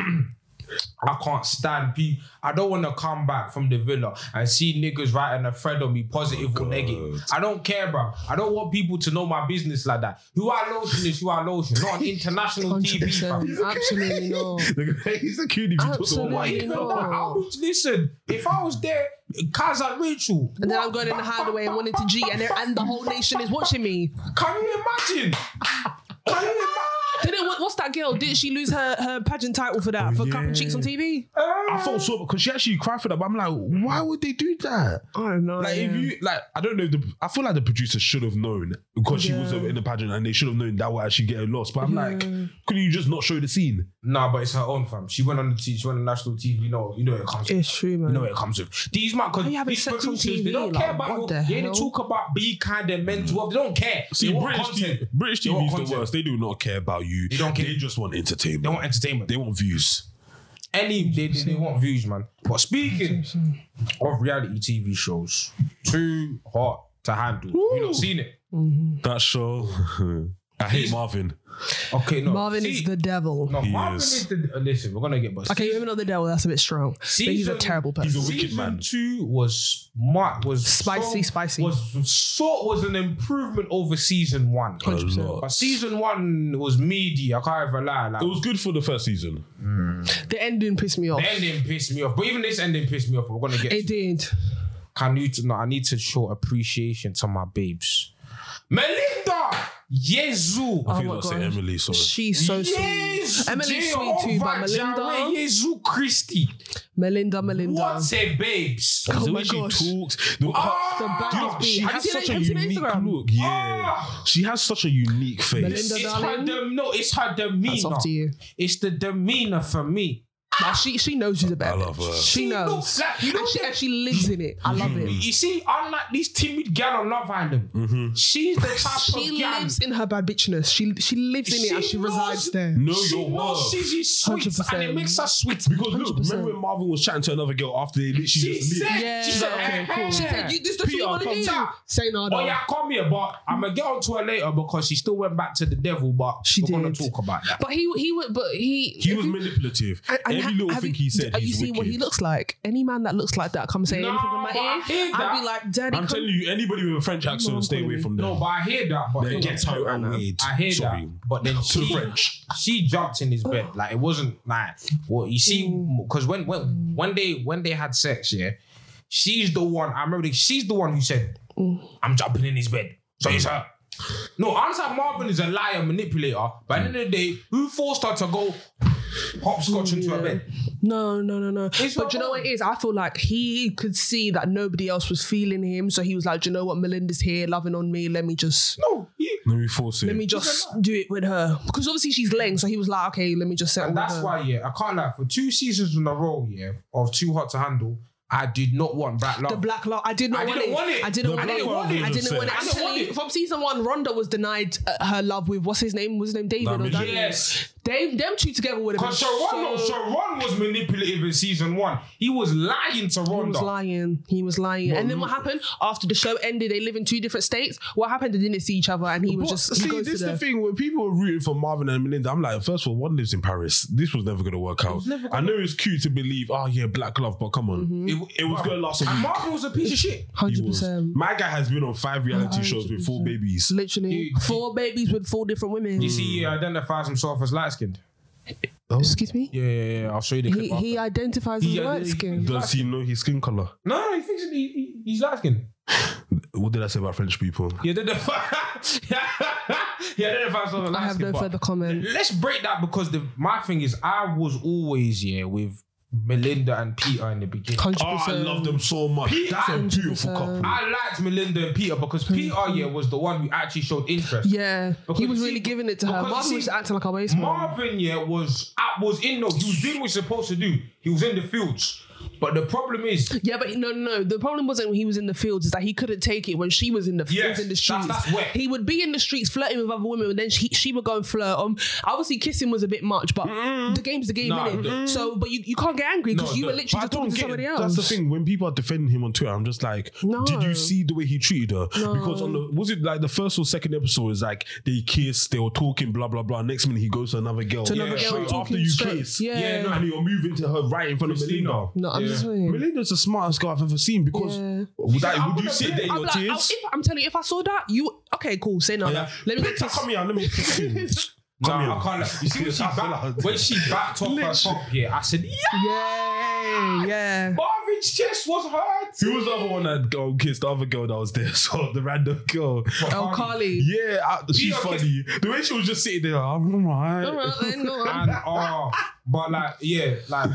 S2: I can't stand people. I don't want to come back from the villa and see niggas writing a thread on me, positive or negative. I don't care, bro. I don't want people to know my business like that. Who I lotion is who I lotion, not on international TV, fam.
S3: 100%. Absolutely not.
S4: He's a cutie.
S2: Not
S3: Absolutely
S2: even that.
S3: not.
S2: I'll be- Listen, if I was there, Kaz and Rachel,
S3: And then I'm going in the hideaway and wanting to G, and, there- and the whole nation is watching me.
S2: can you imagine? Can you imagine?
S3: Did it, what, what's that girl? Did she lose her, her pageant title for that?
S4: Oh,
S3: for clapping cheeks on TV?
S2: eh?
S4: I felt so because she actually cried for that, but I'm like, why would they do that?
S3: I don't know.
S4: Like if you like, I don't know. The, I feel like the producer should have known because she was
S3: Yeah.
S4: in the pageant, and they should have known that would actually get her lost. But I'm like, couldn't you just not show the scene?
S2: Nah, but it's her own fam. She went on the t- she went on national TV. You know, you know it comes.
S3: It's true, man.
S2: You know what it comes with. These man, because
S3: Why you having
S2: these
S3: sex on
S2: producers, they
S3: TV?
S2: don't
S3: Like,
S2: care about
S3: what
S2: your-
S3: the
S2: They
S3: hell? Mm.
S2: only talk about be kind and men to They don't care.
S4: See,
S2: they want
S4: British,
S2: content.
S4: TV, British
S2: They want
S4: TV is the
S2: content.
S4: worst. They do not care about you. They
S2: don't care.
S4: They just want entertainment.
S2: They want entertainment.
S4: They want views.
S2: Any they, they, they want views, man. But speaking of reality TV shows, too hot to handle. You not seen it?
S4: That show. I hate Marvin.
S2: Okay, no.
S3: Marvin
S2: See,
S3: is the devil.
S2: no, Marvin
S4: is.
S2: is the uh, listen. We're gonna get but
S3: Okay, even though the devil, that's a bit strong. But he's a
S2: Season-
S3: terrible
S4: He's a
S3: person.
S4: wicked
S2: Season
S4: man.
S2: two was smart, was
S3: Spicy, spicy.
S2: was sort was an improvement over season one.
S4: A lot.
S2: But season one was meaty. I can't even lie. Like
S4: It was good for the first season.
S3: The ending pissed me off.
S2: the ending pissed me off. But even this ending pissed me off. We're gonna get.
S3: It did.
S2: I need to. No, I need to show appreciation to my babes. Melinda, Yezu,
S4: I
S3: Oh
S4: think
S3: my
S4: that's it,
S3: God.
S4: Emily. Sorry.
S3: She's so sweet. Emily's sweet too,
S2: oh,
S3: but Melinda.
S2: Yezu Christie.
S3: Melinda, Melinda.
S2: What a babes.
S4: The
S3: Oh
S4: way
S3: my
S4: she
S3: gosh.
S4: talks. The,
S3: The
S2: Ah!
S3: baddest
S4: She
S3: bitch. Have you
S4: has
S3: seen
S4: such
S3: that-
S4: a
S3: have you seen that
S4: unique
S3: Instagram?
S4: look. Yeah.
S2: Ah!
S4: She has such a unique face.
S3: Melinda-
S2: It's her
S3: darling.
S2: dem- no, it's her demeanor.
S3: That's off to you.
S2: It's the demeanor for me.
S3: Like, she she knows she's a bad
S4: I love
S3: bitch.
S4: her.
S3: She
S2: looks
S3: knows.
S2: like- you know
S3: and, she,
S2: the-
S3: and she lives in it. I love it.
S2: You see, unlike these timid gal on Love Island,
S4: Mm-hmm.
S2: she's the type
S3: She
S2: of gal.
S3: lives in her bad bitchness. She she lives in it and she
S2: knows-
S3: resides there.
S4: Know
S2: She
S4: your
S2: knows
S4: worth.
S2: she's is sweet, and it
S3: 100%.
S2: makes her sweet.
S4: Because look, remember when Marvin was chatting to another girl after they literally
S2: She
S4: just
S2: said,
S4: leave?
S3: Yeah.
S2: she said,
S3: Okay,
S2: "Eh, eh,
S3: She said, you, this is what
S2: Peter,
S3: you want to
S2: come
S3: do.
S2: down."
S3: Say no, no.
S2: Oh yeah, come here, but I'm gonna get onto her later because she still went back to the devil. But
S3: She
S2: we're gonna
S3: did.
S2: talk about that.
S3: But he he would but he
S4: He was manipulative.
S3: And- and
S4: Every
S3: ha-
S4: little
S3: have
S4: thing
S3: you-
S4: he said,
S3: Have you
S4: he's
S3: seen
S4: wicked.
S3: what he looks like? Any man that looks like that, come say
S2: No,
S3: anything in my
S2: but I hear
S3: ear.
S2: that.
S3: I'd be like, Daddy,
S4: I'm
S3: come.
S4: telling you, anybody with a French accent, stay away from them.
S2: No, but I hear that. But
S4: They get her and weed.
S2: I hear
S4: Sorry.
S2: that. But then
S4: To the
S2: she,
S4: French.
S2: she jumped in his bed. Like it wasn't like what you see. Because when when when they when they had sex, yeah, she's the one. I remember. She's the one who said, "I'm jumping in his bed." So it's her. No, I understand Marvin is a liar, manipulator. But at the end of the day, who forced her to go hopscotch into her bed?
S3: No, no, no, no.
S2: It's
S3: but
S2: not
S3: do you know
S2: wrong.
S3: what it is? I feel like he could see that nobody else was feeling him, so he was like, do you know what? Melinda's here, loving on me. Let me just.
S2: No, he-
S4: Let me force it.
S3: Let me just do it with her because obviously she's lame, so he was like, "Okay, let me just settle."
S2: And
S3: with
S2: that's
S3: her.
S2: why, yeah, I can't lie. For two seasons in a row, yeah, of too hot to handle, I did not want black love.
S3: the black love. I did not
S2: I
S3: want,
S2: didn't
S3: it.
S2: want it.
S3: I didn't
S2: The
S3: want
S2: black
S3: it.
S2: love
S3: I
S4: was
S3: didn't want it.
S2: upset. I didn't want
S3: Actually,
S2: it.
S3: from season one, Ronda was denied uh, her love with what's his name? Was his name David or
S4: Damien.
S3: Damien?
S2: Yes.
S3: They them two together would have been
S2: Because Sharon, no,
S3: so-
S2: Sharon was manipulative in season one. He was lying to
S3: He was
S2: Ronda.
S3: lying. He was lying. and then what happened after the show ended? They live in two different states. What happened? They didn't see each other, and he was
S4: But
S3: just. he
S4: see,
S3: goes
S4: this is
S3: to
S4: the
S3: the,
S4: thing when people were rooting for Marvin and Melinda. I'm like, first of all, one lives in Paris. This was never going to work out. I know it's cute to believe, oh yeah, black love, but come on,
S3: Mm-hmm.
S4: it, it was going to last a
S2: And
S4: week.
S2: Marvin was a piece of shit.
S4: He
S3: hundred
S4: was.
S3: percent.
S4: My guy has been on five reality shows with four babies.
S3: Literally,
S2: Dude.
S3: four babies with four different women.
S2: You see, he identifies himself as light skinned.
S3: Excuse me.
S2: Yeah, yeah, yeah. I'll show you the
S3: He
S2: clip. after.
S3: he identifies
S2: He-
S3: as light skin.
S4: Does he know his skin color?
S2: no, no, he thinks he, he, he's light skinned.
S4: What did I say about French people?
S2: He identifies, he identifies himself as
S3: I
S2: light
S3: have
S2: skinned.
S3: no further comment.
S2: Let's break that because the, my thing is, I was always here with Melinda and Peter in Ah, the beginning.
S3: Hundred
S4: Oh, I
S3: percent.
S4: love them so much. That's a beautiful couple.
S2: I liked Melinda and Peter because Peter, yeah, was the one who actually showed interest.
S3: Yeah, he
S2: Because
S3: was
S2: you
S3: really
S2: see-
S3: giving it to her.
S2: because you
S3: Marvin
S2: see,
S3: was acting like a
S4: Hmm.
S3: waste man.
S2: Marvin, yeah, was I was in though. He was doing what he was supposed to do. He was in the fields. But the problem is,
S3: Yeah, but no, no. The problem wasn't when he was in the fields; is that he couldn't take it when she was in the fields,
S2: Yes,
S3: in the
S2: that's-
S3: streets.
S2: that's wet.
S3: He would be in the streets flirting with other women, and then she she would go and flirt. Um, obviously kissing was a bit much, but the game's the game,
S2: Mm-hmm. Nah,
S3: innit?
S2: the-
S3: So, but you, you can't get angry because
S2: No,
S3: you were
S2: the-
S3: literally
S4: But I
S3: just
S4: don't
S3: talking to
S4: get
S3: somebody
S4: it.
S3: else.
S4: That's the thing. When people are defending him on Twitter, I'm just like,
S3: No.
S4: did you see the way he treated her? Because on the was it like the first or second episode is like they kiss, they were talking, blah blah blah. Next minute he goes to another girl.
S2: Yeah,
S3: another
S2: girl
S4: Straight
S3: talking
S4: after you
S3: straight.
S4: kiss.
S3: Yeah.
S2: Yeah, no,
S4: and you're moving to her right in front of Melinda.
S2: Christina.
S3: No, I'm
S2: Yeah.
S3: just saying.
S4: Melinda's the smartest girl I've ever seen. Because
S3: Yeah.
S4: would, that-
S2: I'm
S4: would you
S2: gonna
S4: sit
S2: do
S4: there
S2: it.
S4: in
S3: I'm,
S4: your
S3: like, I,
S4: tears?
S3: if, I'm telling you, if I saw that, you okay, cool, say no.
S4: Yeah.
S3: Let me
S4: Peter, come here. Let me.
S2: nah,
S4: Come here.
S2: I can't. lie. You see when she,
S4: I feel like-
S2: back, when she backed off her
S4: Literally.
S2: top, yeah, I said, yeah,
S3: yeah, yeah.
S2: Marvin's chest was hurt.
S4: Who was the other one that girl kissed the other girl that was there? So the random girl.
S3: Oh, Carly.
S4: Yeah, I, she's
S2: okay.
S4: funny. The way she was just sitting there, I'm alright.
S3: All right, then, go on.
S2: and oh, but like, yeah, like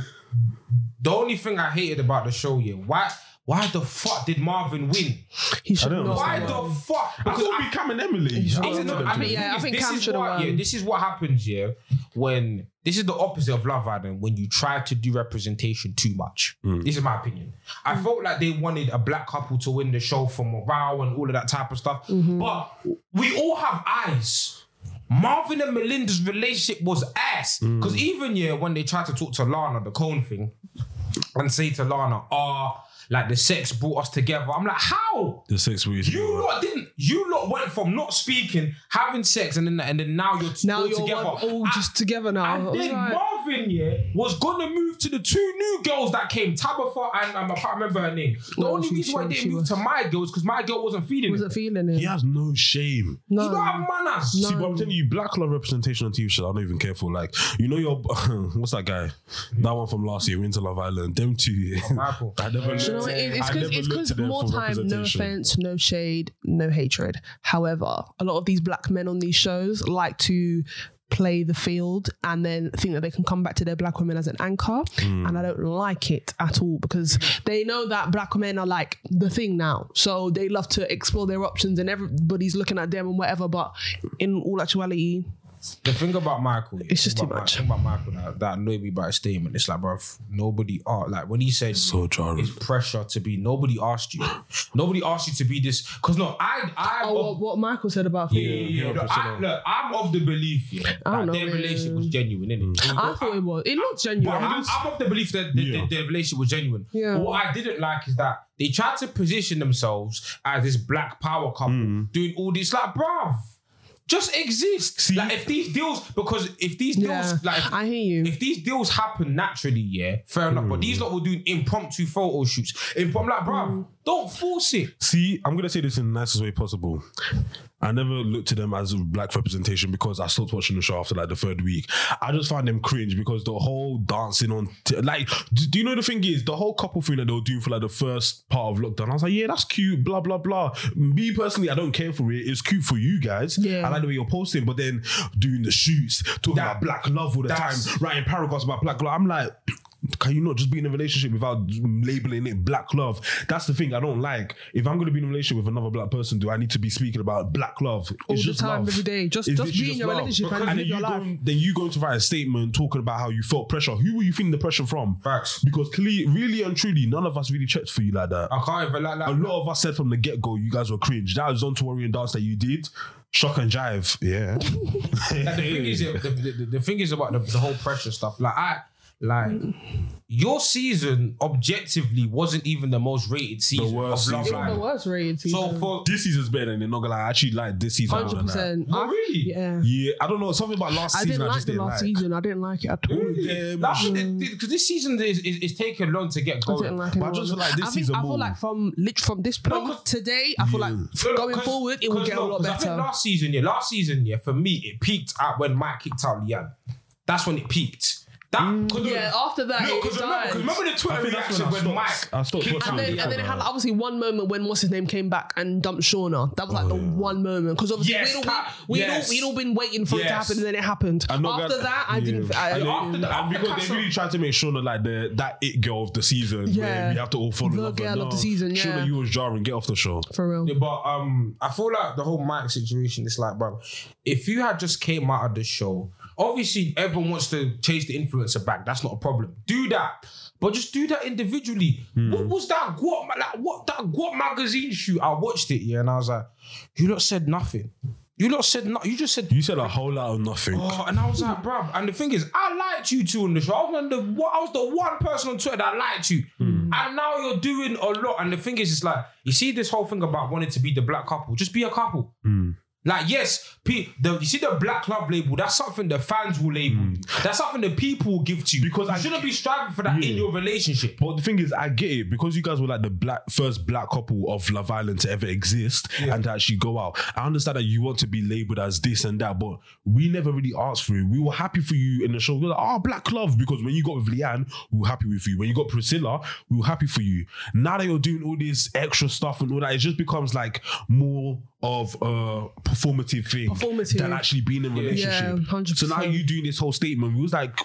S2: the only thing I hated about the show, yeah, why, why the fuck did Marvin win?
S3: He should
S4: don't
S3: not.
S2: Why
S4: That's
S2: the fuck?
S4: I
S2: Because
S4: thought we Cam and Emily.
S3: I
S4: Shout
S2: Is
S4: out
S2: it
S4: to
S2: not-
S4: them
S2: I
S4: two.
S2: mean,
S3: Yeah, I
S2: this
S3: think
S2: is-
S3: Cam
S2: this is
S3: should've
S2: what-
S3: won.
S2: Yeah, this is what happens. Yeah, when this is the opposite of Love Island when you try to do representation too much. This is my opinion. I
S3: Hmm.
S2: felt like they wanted a black couple to win the show for morale and all of that type of stuff,
S3: Mm-hmm.
S2: but we all have eyes. Marvin and Melinda's relationship was ass. Because even yeah, when they tried to talk to Lana, the cone thing, and say to Lana, ah, like the sex brought us together. I'm like, how?
S4: the six weeks.
S2: You lot didn't. You lot went from not speaking, having sex, and then and then now you're
S3: Now
S2: all
S3: you're
S2: together.
S3: one, all
S2: And-
S3: just together now.
S2: And then
S3: Alright.
S2: Marvin, yeah, was gonna move to the two new girls that came, Tabitha and um, I can't remember her name. The
S3: No,
S2: only
S3: she-
S2: reason why
S3: she-
S2: they
S3: she
S2: didn't move
S3: was-
S2: to my girl is because my girl wasn't feeding.
S3: was
S2: it.
S3: a feeling it.
S4: he has no shame.
S3: No.
S2: You don't have manners.
S4: See, but I'm telling you, black love representation on TV shows, I don't even care for. Like, you know, your what's that guy? That one from last year, Winter Love Island. Them two.
S2: Michael.
S4: I never.
S3: Do you know
S4: looked-
S3: what it is? It's
S4: I
S3: because
S4: never
S3: it's
S4: looked to
S3: 'cause
S4: them
S3: more
S4: for
S3: time, no
S4: representation.
S3: offense, no shade, no hatred. However, a lot of these black men on these shows like to play the field and then think that they can come back to their black women as an anchor
S4: Hmm.
S3: and I don't like it at all because they know that black men are like the thing now so they love to explore their options and everybody's looking at them and whatever but in all actuality
S2: The thing about Michael,
S3: It's just
S2: the thing
S3: too
S2: about-
S3: much.
S2: The thing about Michael that, that annoyed me about his statement. It's like, bruv, nobody are like when he said
S4: So jarring.
S2: it's pressure to be. Nobody asked you. nobody asked you to be this. Because no, I I
S3: oh what, what Michael said about
S2: Yeah,
S3: feeling.
S2: yeah, yeah.
S4: Yeah,
S2: Look, I, look, I'm of the belief yeah,
S3: I don't
S2: that
S3: know,
S2: their
S3: man.
S2: relationship was genuine, innit?
S3: I thought it was it looked
S2: But
S3: genuine
S2: I'm, I'm of the belief that the,
S4: Yeah.
S2: the, their relationship was genuine.
S3: Yeah.
S2: But what I didn't like is that they tried to position themselves as this black power couple
S4: Mm.
S2: doing all this. Like, bruv, just exist. Like, if these deals, because if these deals,
S3: yeah
S2: like,
S3: I hear you
S2: if these deals happen naturally, yeah, fair enough. But
S4: Mm.
S2: these lot were doing impromptu photo shoots. Impromptu, like, bruv,
S3: Mm.
S2: don't force it.
S4: See, I'm gonna say this in the nicest way possible. I never looked to them as a black representation because I stopped watching the show after like the third week. I just found them cringe because the whole dancing on, t- like, d- do you know the thing is the whole couple thing that they were doing for like the first part of lockdown? I was like, yeah, that's cute, blah blah blah. Me personally, I don't care for it. It's cute for you guys.
S3: Yeah.
S4: I like the way you're posting, but then doing the shoots, talking
S2: That-
S4: about black love all the time,
S2: that's-
S4: writing paragraphs about black love. I'm like, can you not just be in a relationship without labeling it black love? That's the thing I don't like. If I'm going to be in a relationship with another black person, do I need to be speaking about black love
S3: All the time, every day. Just- just
S4: literally
S3: be in your relationship and
S4: then
S3: live your
S4: you
S3: life.
S4: Go, then you going to write a statement talking about how you felt pressure. Who were you feeling the pressure from?
S2: Facts.
S4: Because clearly, really and truly, none of us really checked for you like that.
S2: I can't even like, like
S4: A lot of us said from the get go, you guys were cringe. That was on to worry and dance that you did. Shock and jive. Yeah.
S2: Like, the thing is, the, the, the- the thing is about the, the whole pressure stuff. Like I, like your season objectively wasn't even the most rated season.
S4: worst
S2: of Love
S4: season.
S3: It
S2: Island.
S3: was rated
S2: So for
S4: this season's better than it. Not gonna lie, I actually like this season. more
S3: Hundred
S4: than that.
S3: percent.
S2: Oh, really?
S3: Yeah.
S4: Yeah, I don't know. Something about last
S3: I
S4: season.
S3: didn't
S4: I
S3: like
S4: just
S3: the
S4: didn't
S3: last
S4: like.
S3: season. I didn't like it at all.
S4: Damn,
S2: because this season is, is, is taking long to get
S3: I
S2: going.
S3: didn't like
S4: But
S3: it
S4: I just
S3: at all.
S4: feel like this
S3: I think,
S4: season
S3: I feel
S4: more-
S3: like from lit from this point
S2: No, 'cause-
S3: today, I feel like
S2: No, no,
S3: going
S2: 'cause-
S3: forward, it will
S2: 'cause
S3: get a
S2: no,
S3: lot
S2: 'cause I think
S3: better.
S2: last season, yeah, last season, yeah, for me, it peaked at when Mike kicked out Lian. That's when it peaked. That, cause
S3: Yeah, after that, it
S2: because remember, 'cause
S3: died.
S2: remember the
S4: Mm. I
S2: Twitter
S4: think that's when
S2: reaction
S4: I
S2: when,
S4: stopped- I
S2: Mike
S4: stopped
S2: kicked
S4: watching
S2: out
S4: it.
S2: Lian.
S3: and then, and then it had like, obviously one moment when what's his name came back and dumped Shauna. That was like the one moment because obviously
S2: Yes,
S3: we'd, all,
S2: Cap.
S3: we'd,
S2: Yes.
S3: all, we'd all been waiting for it to
S2: Yes.
S3: happen and then it happened.
S4: I'm not
S3: After
S4: gonna-
S3: that, I
S4: Yeah.
S3: didn't. I,
S4: And then-
S2: after that-
S4: and
S2: after
S4: because
S2: Castle-
S4: they really tried to make Shona like the that it girl of the season.
S3: Yeah.
S4: where we have to all fall in
S3: The
S4: love. but
S3: girl of
S4: no,
S3: the season, yeah.
S4: Shona, you was jarring. Get off the show.
S3: for real.
S2: Yeah, but um, I feel like the whole Mike situation is like, bro, if you had just came out of the show Obviously, everyone wants to chase the influencer back. That's not a problem. Do that. But just do that individually. What was that Guap, like, what that Guap magazine shoot? I watched it, yeah, and I was like, you lot said nothing. You lot said nothing. You just said
S4: You said a whole lot of nothing.
S2: Oh, and I was like, bruv. And the thing is, I liked you two on the show. I was, one of the, one- I was the one person on Twitter that liked you.
S4: Hmm.
S2: And now you're doing a lot. And the thing is, it's like, you see this whole thing about wanting to be the black couple. Just be a couple.
S4: Hmm.
S2: Like, yes, pe- the, you see the black love label, that's something the fans will label. you. That's something the people will give to you.
S4: Hmm. Because
S2: you
S4: I-
S2: shouldn't be striving for that in your relationship.
S4: But the thing is, I get it because you guys were like the black first black couple of Love Island to ever exist and to actually go out. I understand that you want to be labeled as this and that, but we never really asked for it. We were happy for you in the show. We were like, oh, black love, because when you got with Leanne, we were happy with you. When you got Priscilla, we were happy for you. Now that you're doing all this extra stuff and all that, it just becomes like more of a performative thing
S3: Performative.
S4: than actually being in a relationship.
S3: Yeah, 100%.
S4: So now you doing this whole statement, we was like,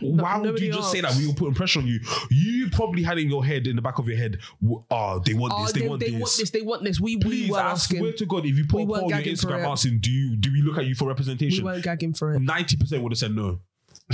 S4: why would
S3: nobody
S4: you just say that?
S3: else.
S4: We were putting pressure on you. You probably had it in your head, in the back of your head, w- oh, they want
S3: Oh,
S4: this, they, want, this.
S3: They want this. We,
S4: Please,
S3: we were
S4: I
S3: asking.
S4: swear to God, if you put
S3: We
S4: a
S3: weren't
S4: poll on your
S3: gagging for
S4: Instagram
S3: it.
S4: asking, do you do we look at you for
S3: we
S4: representation?
S3: weren't gagging for
S2: Mm.
S3: it.
S4: Ninety percent would have said no.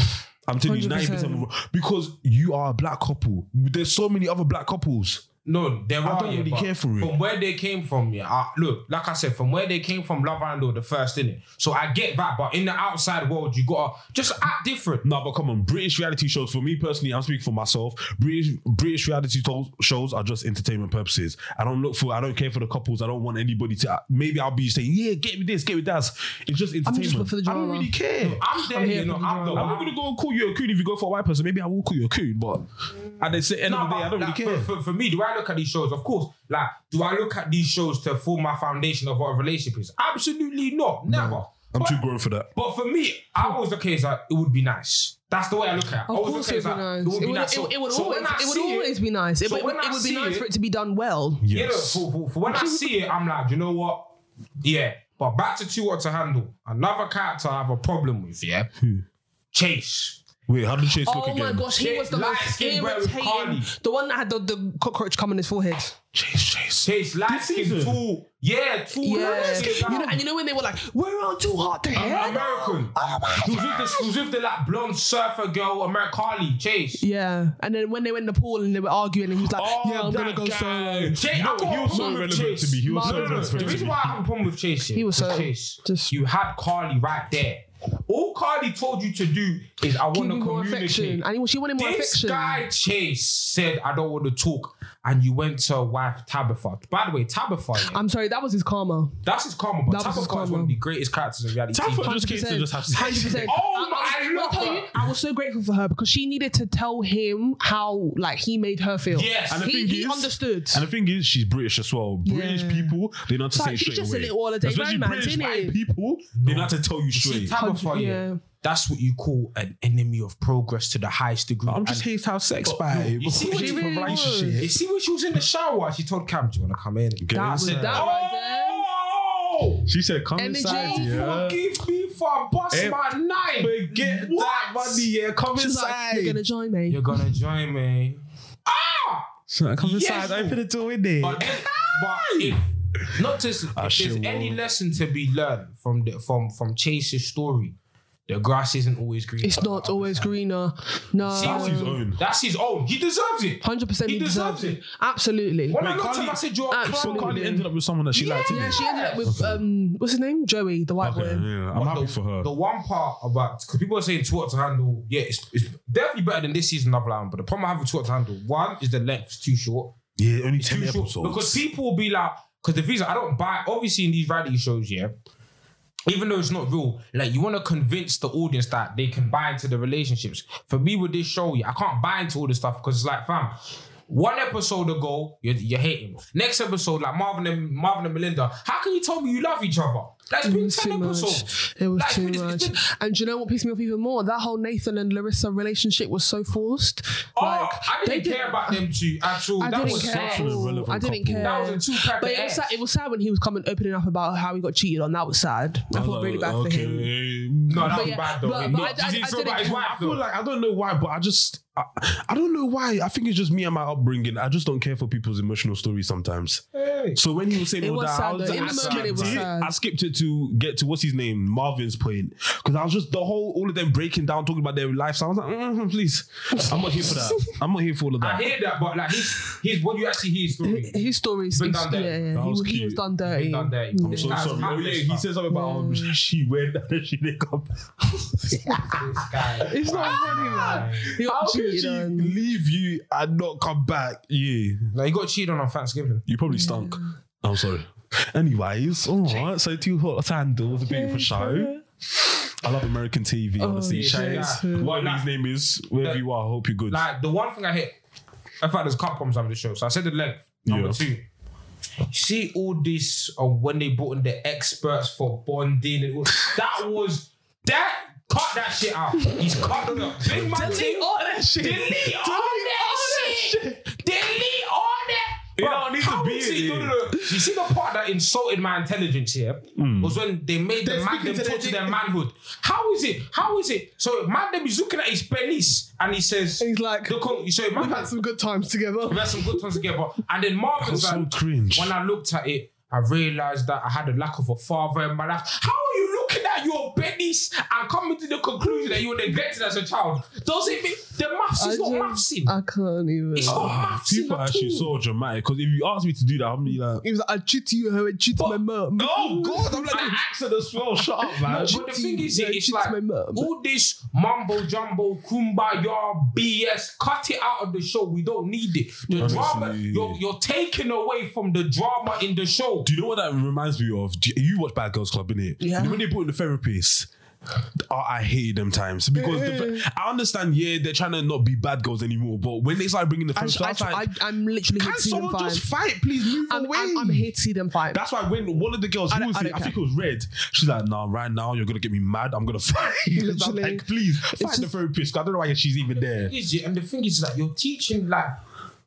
S4: I'm telling you, ninety
S3: 100%.
S4: percent because you are a black couple. There's so many other black couples.
S2: No, there are.
S4: don't
S2: yeah,
S4: really
S2: but
S4: care for it.
S2: From where they came from, yeah. I, look, like I said, from where they came from, Love Island were the first, innit? So I get that, but in the outside world, you gotta just act different.
S4: No, but come on, British reality shows. For me personally, I'm speaking for myself. British British reality to- shows are just entertainment purposes. I don't look for. I don't care for the couples. I don't want anybody to. Maybe I'll be saying, yeah, get me this, get me that. It's just entertainment.
S3: for the
S4: I don't
S3: drama.
S4: really care.
S2: I'm there,
S3: I'm here
S2: you know.
S3: for the
S2: I'm the
S4: I'm not
S2: one.
S4: gonna go and call you a coon if you go for a white person. Maybe I will call you a coon, but
S2: Mm. Nah,
S4: at the end of the day,
S2: but,
S4: I don't really
S2: like,
S4: care.
S2: For, for, for me, do I look at these shows? Of course. Like, do I look at these shows to form my foundation of what a relationship is? Absolutely not. Never.
S4: I'm
S2: but,
S4: too grown for that.
S2: but for me, I was the case that it would be nice. That's the way I look at it.
S3: Of
S2: I was
S3: course,
S2: the
S3: it would
S2: case
S3: be
S2: that
S3: nice.
S2: it would be
S3: It would-
S2: nice.
S3: it-
S2: So-
S3: it would
S2: so when
S3: always-
S2: I
S3: it would
S2: see
S3: always be nice. It
S2: so
S3: would-
S2: when I
S3: it would be
S2: see
S3: nice
S2: it-
S3: for it to be done well.
S2: Yeah, look, for, for, for when I see it, I'm like, you know what? Yeah. But back to two what to handle. Another character I have a problem with, yeah?
S4: Hmm.
S2: Chase.
S4: Wait, how did Chase
S3: Oh
S4: look
S3: my
S4: again?
S3: gosh, he
S2: Yeah,
S3: was the
S2: light
S3: most
S2: skin bro with Carly.
S3: irritating. The one that had the, the cockroach come on his forehead.
S4: Chase, Chase.
S2: Chase, light skin,
S4: season?
S2: tall. Yeah, tall.
S3: Yeah,
S2: light skin,
S3: you know,
S2: like-
S3: and you know when they were like, "We're on too hot to
S2: Am-
S3: handle."
S2: American. He was with the, he was with the like blonde surfer girl, America Carly Chase.
S3: Yeah, and then when they went in the pool and they were arguing, and he was like,
S4: Oh,
S3: "Yeah, I'm gonna
S4: that
S3: go
S4: guy.
S3: solo."
S2: Jay, I
S4: No,
S2: got a
S4: he was so
S2: problem with
S4: relevant
S2: Chase.
S4: to me. He was
S3: My-
S4: so
S3: No, no, no,
S4: relevant
S2: The
S4: to me.
S2: reason why I have a problem with Chase,
S3: He was so-
S2: Chase.
S3: just-
S2: you had Carly right there. All Carly told you to do is I
S3: Give
S2: want
S3: me
S2: to
S3: more affection,
S2: communicate.
S3: and he, she wanted more
S2: This
S3: affection.
S2: guy Chase said I don't want to talk, and you went to her wife Tabitha. By the way, Tabitha, yeah,
S3: I'm sorry, that was his karma.
S2: that's his karma, but
S3: That was
S2: Tabitha
S3: his
S2: is one
S3: karma.
S2: of the greatest characters in reality.
S4: Tabitha
S2: TV.
S4: just came to just have
S3: Hundred
S4: sex.
S3: percent.
S2: Oh my- I love
S3: tell
S2: her.
S3: you, I was so grateful for her because she needed to tell him how like he made her feel.
S2: Yes. And
S4: the
S3: he,
S4: thing
S3: he
S4: is-
S3: understood.
S4: And the thing is, she's British as well. British
S3: Yeah.
S4: people, they know how to
S3: It's
S4: say
S3: like,
S4: it
S3: she's
S4: straight
S3: just a
S4: away.
S3: little holiday
S4: Especially
S3: romance,
S4: British
S3: innit?
S4: white people, they know how to tell you
S2: See,
S4: straight.
S2: Tabitha, yeah.
S3: Yeah.
S2: That's what you call an enemy of progress to the highest degree.
S4: I'm just
S2: And
S4: hates how sex
S2: But,
S4: by.
S2: you see what
S3: She
S2: you
S3: really
S2: You see when she was in the shower, she told Cam, "Do you want to come in?"
S3: That was
S4: inside.
S3: that right there.
S2: Oh,
S4: She said, "Come
S3: Energy.
S4: inside, yeah.
S2: forgive me for I bust
S4: Eh,
S2: my knife.
S4: Forget
S2: What?
S4: yeah. Come
S3: She's like, "You're gonna join me."
S2: You're gonna join me. Ah!
S4: She's like, come
S2: Yes.
S4: inside. Open the door in there.
S2: But, if, but if not just if
S4: I
S2: there's
S4: sure
S2: any
S4: will.
S2: lesson to be learned from the from from Chase's story, the grass isn't always green.
S3: It's not always greener.
S4: That's
S3: No,
S4: his own.
S2: That's his own. He deserves it.
S3: hundred percent.
S2: He deserves it.
S3: Absolutely.
S2: When I
S4: Wait,
S2: looked at him,
S4: Carly-
S2: I said, "You're
S3: Ah,
S2: a
S4: So
S3: Absolutely.
S4: Carly ended up with someone that she liked. didn't
S3: Yeah,
S4: he?
S3: she ended up with um, what's his name? Joey, the white
S4: Okay,
S3: boy.
S4: yeah, I'm
S2: But
S4: happy
S2: the,
S4: for her.
S2: The one part about because people are saying Twitter to handle, yeah, it's, it's definitely better than this season of Love Island. But the problem I have with Twitter to handle, one is the length is too short.
S4: yeah, only
S2: It's
S4: ten
S2: too
S4: episodes.
S2: short because people will be like, because the reason I don't buy, obviously in these reality shows, yeah. Even though it's not real, like you want to convince the audience that they can buy into the relationships. For me, with this show, yeah, I can't buy into all this stuff because it's like, fam, one episode ago, you're, you're hating. Next episode, like Marvin and Marvin and Melinda, how can you tell me you love each other? That's
S3: It
S2: been
S3: was
S2: ten
S3: too
S2: episodes.
S3: much. It was
S2: Like,
S3: too
S2: it's- it's
S3: much.
S2: been-
S3: And do you know what pissed me off even more? That whole Nathan and Larissa relationship was so forced.
S2: Oh,
S3: like,
S2: I
S3: they
S2: didn't care about them two at all.
S3: I
S2: that
S3: didn't
S2: was
S3: care.
S2: such
S4: an
S2: a-
S3: at all.
S4: irrelevant
S3: I didn't
S4: couple.
S3: care.
S2: That was a two pack
S3: But it was, sad, it was sad when he was coming opening up about how he got cheated on. That was sad. I, felt really bad for him.
S4: him.
S2: No, that
S3: But
S2: was
S3: yeah,
S2: bad though.
S3: but-
S2: No,
S3: but I-
S2: did
S3: I-
S2: he
S3: I
S2: still
S3: didn't
S2: about his
S3: care.
S2: wife,
S4: I
S2: though?
S4: feel like I don't know why, but I just I, I don't know why. I think it's just me and my upbringing. I just don't care for people's emotional stories sometimes.
S2: Hey.
S4: So when you were saying
S3: It
S4: all
S3: was
S4: that,
S3: sad
S4: I was
S3: though. In
S4: I
S2: the moment, it
S4: skipped
S2: was
S3: sad.
S4: I skipped it to get to what's his name Marvin's point because I was just the whole all of them breaking down talking about their life. So I was like, mm, please, I'm not here for that. I'm not here for all of
S2: I
S4: that.
S2: hear that, but like he's he's what you actually hear his story.
S3: His story is
S2: Been
S3: yeah,
S2: done dirty.
S4: That
S3: yeah. He,
S4: was
S3: was he
S4: cute.
S3: was done dirty.
S2: Been done dirty.
S4: I'm
S2: This
S4: so
S2: guy's
S4: sorry. Oh yeah,
S2: heartless,
S4: he
S2: fam.
S4: said something about oh, she went and she didn't come. back.
S2: This guy.
S3: It's not funny, man. He got
S4: How can
S3: cheated
S4: she
S3: on.
S4: leave you and not come back? Yeah,
S2: Like he got cheated on on Thanksgiving.
S4: you probably stunk. I'm sorry. Anyways, all right. So two hot sandals, a beautiful show. I love American TV. honestly,
S2: yeah,
S4: Shays,
S2: yeah.
S4: whatever his
S2: Like-
S4: name is, wherever you are, I hope you're good.
S2: Like the one thing I hit, I fact, there's cut bombs after the show. So I said the length. Number
S4: Yeah.
S2: two. See all this uh, when they brought in the experts for bonding. It was, that was that. Cut that shit out. He's cut it up. Big man, delete all that shit. Delete all that shit. Delete all that. You
S4: don't need to be in
S2: see,
S4: here.
S2: no, no, no. You see the part that insulted my intelligence here
S4: Hmm.
S2: was when they made the man them
S1: speaking to their
S2: talk to
S1: dick-
S2: their manhood. How is it? How is it? So man them is looking at his penis and he says,
S3: He's like,
S2: the con- so
S3: we've
S2: man,
S3: had some good times together.
S2: we had some good times together. And then Marvin's
S4: so
S2: like,
S4: cringe.
S2: when I looked at it, I realized that I had a lack of a father in my life. How are you looking at your penis and coming to the conclusion that you were neglected as a child? Does it mean the maths
S3: I
S2: is not
S3: just-
S2: mathsing?
S3: I can't even.
S2: It's not mathsing
S4: Ah, People are
S2: at
S4: actually
S2: all.
S4: so dramatic because if you ask me to do that, I'm gonna be like,
S3: He was like, I cheated you, her, and cheated my mum.
S4: oh god, I'm like the accent as well. Shut up, man.
S2: No, but the thing is,
S3: Yeah,
S2: it's
S3: cheats
S2: like
S3: my mum.
S2: all this mumbo jumbo, kumbaya, BS. Cut it out of the show. We don't need it. The
S4: Honestly.
S2: drama you're, you're taking away from the drama in the show.
S4: Do you know what that reminds me of? Do You you watch Bad Girls Club, innit?
S3: Yeah.
S4: When they put in the therapist. oh, I hated them
S3: Eh,
S4: times because the, I understand. Yeah, they're trying to not be bad girls anymore, but when they start bringing the
S3: I,
S4: therapist, I, was
S3: I,
S4: like,
S3: I, am literally here
S4: can
S3: to see them
S4: someone
S3: fight.
S4: just fight, please? Move
S3: I'm,
S4: away.
S3: I'm, I'm here to see them fight.
S4: That's why when one of the girls,
S3: I
S4: who
S3: don't-
S4: was
S3: I
S4: it?
S3: don't
S4: I think it
S3: care.
S4: was Red. She's like, "Nah, right now you're gonna get me mad. I'm gonna fight." you." I'm
S3: Literally.
S4: like, please fight the
S3: just-
S4: therapist. 'cause I don't know why she's even there.
S2: Is it? And the thing is that you're teaching like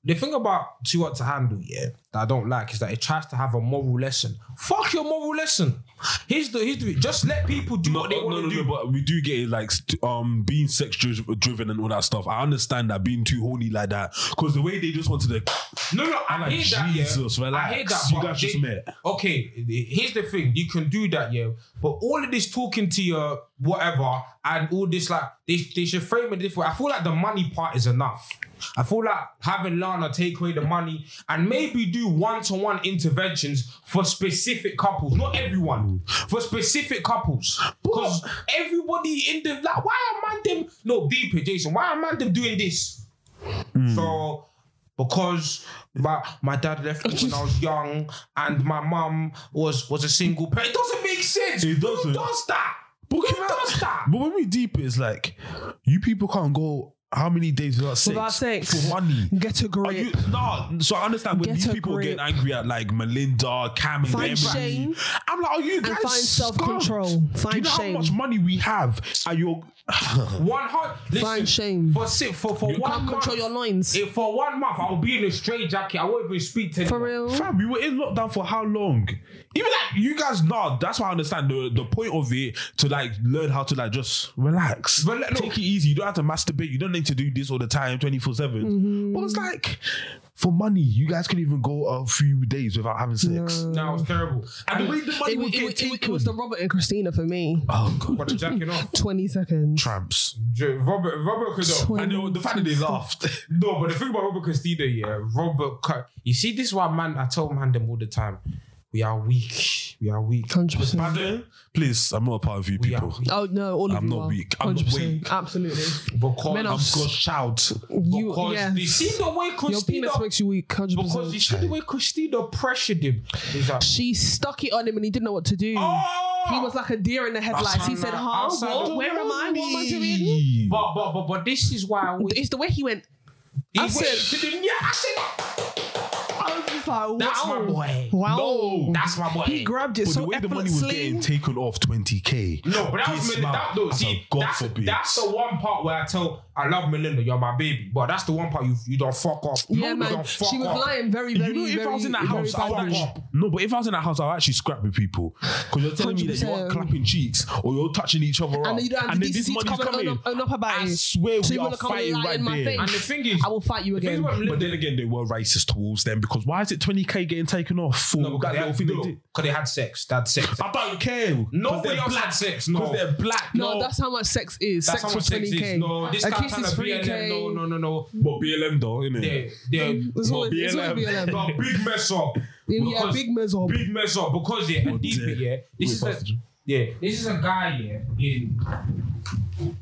S2: the thing about too hot to handle, yeah, that I don't like is that it tries to have a moral lesson. Fuck your moral lesson. Here's the here's the just let people do
S4: No,
S2: what they
S4: no,
S2: want
S4: no,
S2: to
S4: no,
S2: do.
S4: but we do get it, like st- um being sex dri- driven and all that stuff. I understand that being too horny like that because the way they just wanted to.
S2: No, no, I
S4: I'm like,
S2: hear that.
S4: Jesus,
S2: yeah.
S4: relax.
S2: I hear that.
S4: You
S2: but
S4: guys just
S2: they-
S4: met.
S2: Okay, here's the thing. You can do that, yeah. But all of this talking to your whatever and all this, like, they, they should frame it this way. I feel like the money part is enough. I feel like having Lana take away the money and maybe do one to one interventions for specific couples, not everyone, for specific couples. Because everybody in the, like, why are man them, no, deeper, Jason, why are man them doing this? So because my my dad left me when I was young and my mum was was a single parent. It doesn't make sense.
S4: It doesn't.
S2: Who does that? Who
S4: can I-
S2: does that?
S4: But when we deep, it's like you people can't go how many days without sex
S3: Without sex.
S4: for money.
S3: Get a
S4: Are
S3: grip.
S4: you, no, so I understand when
S3: Get
S4: you
S3: a
S4: people
S3: grip.
S4: getting angry at like Melinda, Cam, and
S3: Find
S4: everybody.
S3: shame.
S4: I'm like, are you guys
S3: find self-control.
S4: skunked? Do you
S3: Find
S4: know
S3: shame.
S4: how much money we have? Are you?
S2: One hundred.
S3: Fine shame.
S2: For si- for for one
S3: Can't
S2: month.
S3: control your loins.
S2: If for one month I'll be in a straight jacket, I won't even speak to
S3: For
S2: anyone.
S3: real.
S4: Fam, we were in lockdown for how long? Even like you guys, nah. That's why I understand the, the point of it to like learn how to like just relax,
S2: Rela- no.
S4: take it easy. You don't have to masturbate. You don't need to do this all the time, twenty four seven.
S2: Mm-hmm.
S4: But it's like for money, you guys could even go a few days without having sex.
S2: No, it's terrible. And the way the money
S3: It, wa-
S2: was
S3: it, wa-
S2: getting
S3: it, wa- it was the Robert and Christina for me.
S4: Oh god,
S2: for the jacket off.
S3: 20 seconds.
S4: tramps.
S2: J- Robert Robert Cadell.
S3: Twenty-
S4: And the, the fact that they laughed.
S2: No, but the thing about Robert Castillo, yeah, Robert cut. You see, this is why man, I tell man them all the time, we are weak. We are weak.
S3: 100%.
S4: Pardon? Please, I'm not a part of you
S2: We are
S4: people.
S2: weak.
S3: Oh, no, all of
S4: I'm
S3: you
S4: not
S3: are.
S4: weak. I'm not
S3: 100%.
S4: weak.
S3: Absolutely.
S2: Because,
S3: Men are
S4: I'm God's child.
S3: You,
S2: because
S3: yeah.
S2: you see the way
S3: Your penis
S2: Castillo.
S3: makes you weak. 100%.
S2: Because you see the way Castillo pressured him. He's like,
S3: she stuck it on him and he didn't know what to do.
S2: oh!
S3: He was like a deer in the headlights. He
S2: Outside
S3: said,
S2: the-
S3: huh?
S2: outside
S3: What?
S2: the-
S3: Where am I? What am I doing?
S2: but, but, but, but this is why I always.
S3: It's the way he went.
S2: He
S3: I
S2: went
S3: said-
S2: to the, yeah, I said,
S3: I was just like, wow.
S2: that's my boy.
S3: Wow.
S4: No.
S2: That's my boy.
S3: He grabbed it
S4: But
S3: so
S4: the way the money was
S3: effortlessly.
S4: getting taken off 20k.
S2: No, but that was
S4: This
S2: Melinda.
S4: man,
S2: That, no,
S4: as
S2: see,
S4: a God
S2: that's,
S4: forbid.
S2: that's the one part where I tell I love Melinda, you're my baby, but that's the one part you you don't fuck up.
S3: yeah,
S2: you
S3: man.
S2: don't fuck
S3: She was
S2: up.
S3: lying very,
S4: You
S3: very,
S4: know, if
S3: very,
S4: I was in that
S3: very
S4: house, I would
S3: violently.
S4: actually, no. But if I was in that house, I would actually scrap with people because you're telling me that you are
S3: 100%.
S4: clapping cheeks or you're touching each other,
S3: And
S4: up,
S3: then you don't have
S4: and
S3: the
S4: then this
S3: decency to
S4: money's
S3: come and
S4: coming.
S3: own up, own up about
S4: I
S3: it.
S4: swear
S3: so
S4: we
S3: you
S4: are
S3: wanna come and
S4: fighting
S3: lie
S4: right
S3: in my
S4: there.
S3: face.
S2: And the thing is,
S3: I will fight you
S2: the thing
S3: again.
S2: about
S4: But
S2: Melinda,
S4: then again, they were racist towards them because why is it 20k getting taken off for
S2: No, because
S4: that
S2: they
S4: little
S2: had-
S4: thing they
S2: no,
S4: did?
S2: because they had sex. They had sex.
S4: I don't care.
S2: Nobody else had sex.
S4: Because
S2: No.
S4: they're black.
S3: No,
S4: No,
S3: that's how much sex is.
S2: That's
S3: sex
S2: how much
S3: was
S2: sex
S3: twenty k.
S2: is. No, this
S3: a
S2: guy
S3: kiss
S2: trying
S3: is
S2: to be
S3: three k.
S2: No, no, no, no.
S4: but BLM though, innit?
S2: They, they,
S3: It's
S4: No,
S3: always, it's always
S4: BLM.
S3: BLM.
S2: no, big mess up.
S3: Yeah,
S2: Because-
S3: big mezzo.
S2: big mess up because yeah, and deep
S4: dear.
S2: it, yeah.
S4: Wait,
S2: This is
S4: bastard.
S2: a yeah, this is a guy yeah in.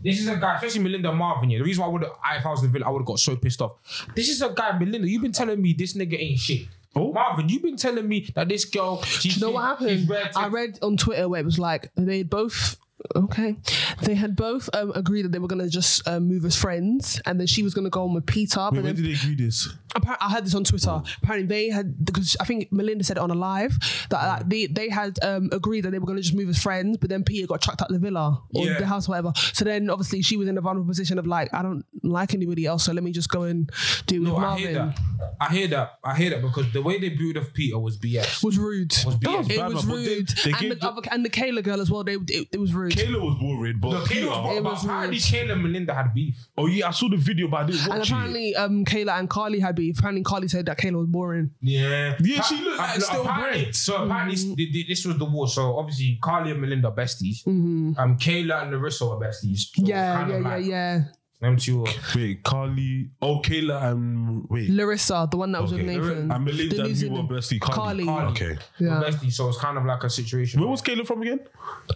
S2: This is a guy, especially Melinda Marvin. Yeah, the reason why I would, I, if I was the villain, I would have got so pissed off. This is a guy, Melinda. You've been telling me this nigga ain't shit.
S4: Oh.
S2: Marvin, you've been telling me that this girl. She,
S3: You know what happened? I read on Twitter where it was like they both. Okay, they had both um, agreed that they were gonna just um, move as friends, and then she was gonna go on with Peter. But
S4: When
S3: then
S4: did they agree this?
S3: appar- I heard this on Twitter. Apparently, they had because I think Melinda said it on a live that like, they they had um, agreed that they were gonna just move as friends, but then Peter got chucked out the villa or
S2: Yeah.
S3: the house, or whatever. So then obviously she was in a vulnerable position of like I don't like anybody else, so let me just go and do
S2: No,
S3: with
S2: I hear
S3: Marvin.
S2: that. I hear that. I hear that because the way they booed off Peter was BS.
S3: Was rude.
S2: BS.
S3: it
S4: bad,
S3: was
S4: man, but they-
S3: rude.
S4: they
S3: and, the,
S4: gave the-
S3: other, and the Kayla girl as well. They it, it was rude.
S4: Kayla was boring, but
S2: No, Kayla
S4: Peter-
S2: was, but,
S3: It was
S2: but apparently
S3: rude.
S2: Kayla and Melinda had beef.
S4: Oh yeah, I saw the video, but I didn't
S3: And
S4: watch it.
S3: apparently, um, Kayla and Carly had beef. Apparently, Carly said that Kayla was boring.
S2: Oh, Yeah.
S4: Yeah, she looked like stale
S2: apparently-
S4: bread.
S3: Mm-hmm.
S2: So apparently s- th- th- this was the war. So obviously Carly and Melinda are besties. Um, Kayla and Larissa were besties. So
S3: Mm-hmm. Yeah,
S2: kind
S3: yeah,
S2: of
S3: yeah,
S2: like
S3: yeah.
S2: Them two. were-
S4: Wait, Carly. Oh, Kayla and wait.
S3: Larissa, the one that was
S4: Okay.
S3: with Nathan.
S4: And Melinda
S3: The New
S4: and you were
S3: Zealand-
S4: bestie.
S3: Carly.
S4: Carly.
S3: Carly.
S4: Okay.
S2: were
S3: Yeah.
S2: besties. So it's kind of like a situation.
S4: Where was Kayla from again?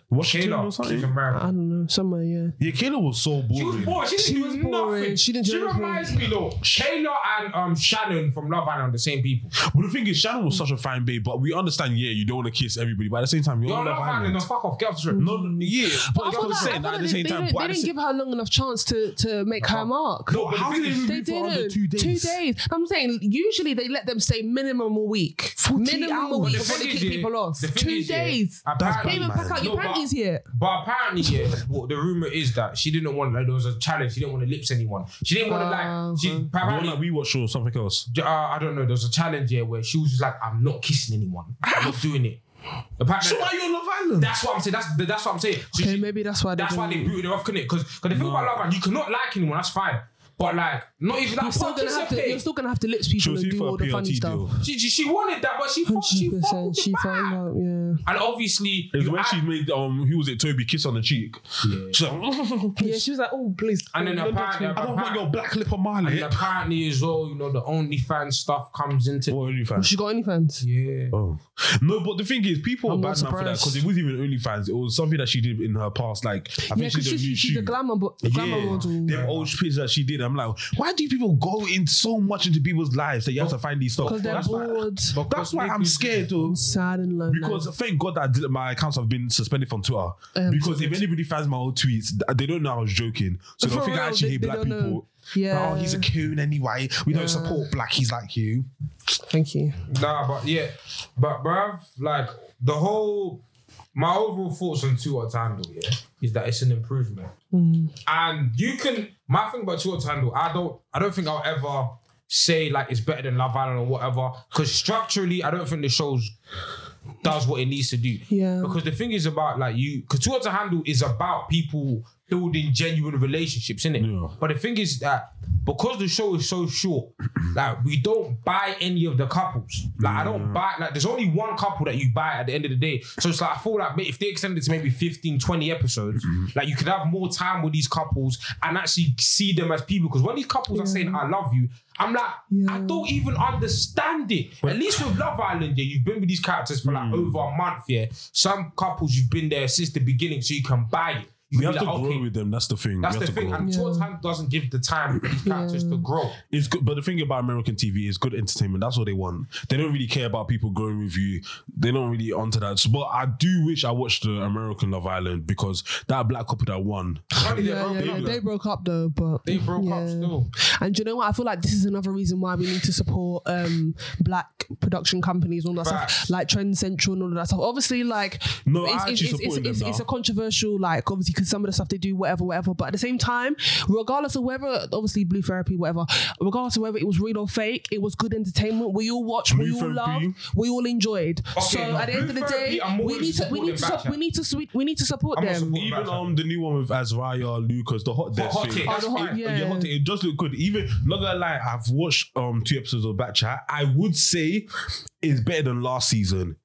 S4: Washington
S2: Kayla?
S4: or
S2: She's
S4: something?
S3: I
S2: American.
S3: don't know, somewhere, yeah.
S4: Yeah, Kayla was so boring.
S2: She was boring. She,
S3: She
S2: didn't
S3: was
S2: do
S3: boring.
S2: nothing.
S3: She didn't do
S2: She
S3: anything.
S2: reminds me though. Kayla and um Shannon from Love Island are the same people.
S4: But the thing is, Shannon was such a fine babe, but we understand, yeah, you don't want to kiss everybody, but at the same time, you're
S2: You're
S4: on
S2: Love
S4: Love
S2: Island.
S4: Island.
S2: No, fuck off. Get off the trip.
S4: No, no,
S3: But
S4: yeah,
S3: I
S4: that's
S3: feel
S4: what I'm
S3: like, I
S4: saying,
S3: feel
S4: but at
S3: like
S4: the
S3: they,
S4: same
S3: they
S4: time,
S3: didn't,
S4: but
S3: they
S4: at the
S3: didn't
S4: same-
S3: give her long enough chance to, to make her mark.
S4: No, but how did they
S3: They
S4: review for under
S3: didn't.
S4: two days?
S3: days. I'm saying usually they let them stay minimum a week.
S4: 40
S3: Minimum a
S4: hours.
S3: week
S4: The
S3: before they
S2: thing
S3: kick
S2: is, yeah,
S3: people off.
S2: the thing
S3: Two
S2: is, yeah,
S3: days.
S2: apparently-
S3: They even pack out
S2: No,
S3: your
S2: but-
S3: panties here.
S2: But apparently, yeah, what the rumor is that she didn't want like there was a challenge. She didn't want to lips anyone. She didn't want to like. She
S3: Uh-huh.
S4: The one
S2: apparently,
S4: that we watched or something else.
S2: uh, I don't know. There was a challenge here where she was just like, "I'm not kissing anyone. I'm not doing it." Apparently,
S4: So why are you on Love Island?
S2: that's what I'm saying. That's that's what I'm saying. So
S3: Okay,
S2: she-
S3: maybe that's why they
S2: that's why they
S3: didn't.
S2: booted her off, couldn't it? Because the thing about Love Island, you cannot like anyone. That's fine. But like, not even
S3: You're
S2: that.
S3: still
S2: Fuck
S3: gonna
S2: is
S3: have
S2: a
S3: to. You're
S2: thing.
S3: still gonna have to lips
S4: She
S3: people
S4: was
S3: and
S4: here
S3: do
S4: for
S3: all
S4: a
S3: the funny
S4: PRT
S3: stuff.
S4: deal.
S2: She, she, she wanted that, but she fucked. She
S3: Hundred
S2: fucked with
S3: percent.
S2: the
S3: She
S2: man.
S3: found out. Yeah.
S2: And obviously,
S4: It was
S2: you
S4: when
S2: add-
S4: she made um who was it Toby kiss on the cheek. She's like,
S3: Yeah. She was like, oh please.
S2: and then apparently,
S4: I don't want your black lip on my
S2: And
S4: lip.
S2: apparently as well, you know, the OnlyFans stuff comes into
S4: What OnlyFans?
S3: She got any fans?
S2: yeah.
S4: Oh no, but the thing is, people are
S3: I'm
S4: bad
S3: not
S4: for that
S3: surprised.
S4: because it wasn't even OnlyFans. It was something that she did in her past. Like I
S3: Yeah,
S4: think
S3: because
S4: she did a
S3: she's,
S4: new
S3: she's a
S4: shoot.
S3: glamour, bo- glamour
S4: Yeah,
S3: model.
S4: them old pictures that she did. I'm like, why do people go in so much into people's lives that you have to find these stuff?
S3: Because they're
S4: That's why-
S3: bored,
S4: That's why I'm scared though.
S3: sad and lonely.
S4: Because thank God that I did- my accounts have been suspended from Twitter.
S3: Um,
S4: because if anybody finds my old tweets, th- they don't know I was joking. So
S3: For
S4: they'll think I
S3: real,
S4: actually
S3: they-
S4: hate
S3: they
S4: black
S3: don't know.
S4: people.
S3: Yeah.
S4: Oh, he's a coon anyway. We don't support black. He's like you.
S3: Thank you.
S2: Nah, but yeah. But bruv, like the whole my overall thoughts on two at handle, yeah, is that it's an improvement. And you can my thing about two at handle, I don't I don't think I'll ever say like it's better than Love Island or whatever. Cause structurally, I don't think the show's does what it needs to do.
S3: Yeah.
S2: Because the thing is about like you, because Tour to Handle is about people building genuine relationships, innit?
S4: Yeah.
S2: But the thing is that because the show is so short, like we don't buy any of the couples. Like I
S4: Mm.
S2: don't buy, like there's only one couple that you buy at the end of the day. So it's like I feel like mate, if they extended it to maybe 15, 20 episodes,
S4: Mm-hmm.
S2: like you could have more time with these couples and actually see them as people. Because when these couples are saying, I love you, I'm like, I don't even understand it. At least with Love Island, yeah, you've been with these characters for like
S4: Mm.
S2: over a month, yeah. Some couples you've been there since the beginning, so you can buy it. You
S4: We
S2: can
S4: have
S2: be
S4: to
S2: like,
S4: grow with them. That's the thing.
S2: That's
S4: we have
S2: the
S4: to
S2: thing.
S4: grow.
S2: And Tour Time doesn't give the time for these characters to grow.
S4: It's good, but the thing about American TV is good entertainment. That's what they want. They don't really care about people growing with you. They're not really onto that. So, but I do wish I watched the American Love Island because that black couple that won.
S2: Apparently
S3: Yeah,
S2: they
S3: yeah,
S2: broke
S3: yeah.
S2: up.
S3: They broke up though, but
S2: They broke
S3: yeah.
S2: up still.
S3: And do you know what? I feel like this is another reason why we need to support um black production companies and all that
S2: Facts.
S3: stuff, like Trend Central and all of that stuff. Obviously, like
S4: No, I
S3: it's, it's,
S4: actually
S3: it's, it's,
S4: supporting them
S3: it's,
S4: now.
S3: it's a controversial, like obviously, because some of the stuff they do, whatever, whatever. But at the same time, regardless of whether obviously Blue Therapy, whatever, regardless of whether it was real or fake, it was good entertainment. We all watched, we
S4: Blue
S3: all
S4: Therapy?
S3: loved, we all enjoyed. so
S2: no,
S3: at the
S2: Blue
S3: end of the day,
S2: Therapy, I'm more
S3: we
S2: than
S3: need to we need to
S2: supporting
S3: sup- we need to sweet- we need to support
S2: I'm not
S3: them.
S2: supporting
S4: Even
S2: Black
S4: um the new one with Azariah, Lucas, the hot desk
S2: Hot
S4: thing.
S2: Take.
S3: Oh, the hot-
S4: It-
S3: yeah.
S4: hot Take, It does look good. Even not gonna lie, I've watched um two episodes of Back Chat. I would say it's better than last season.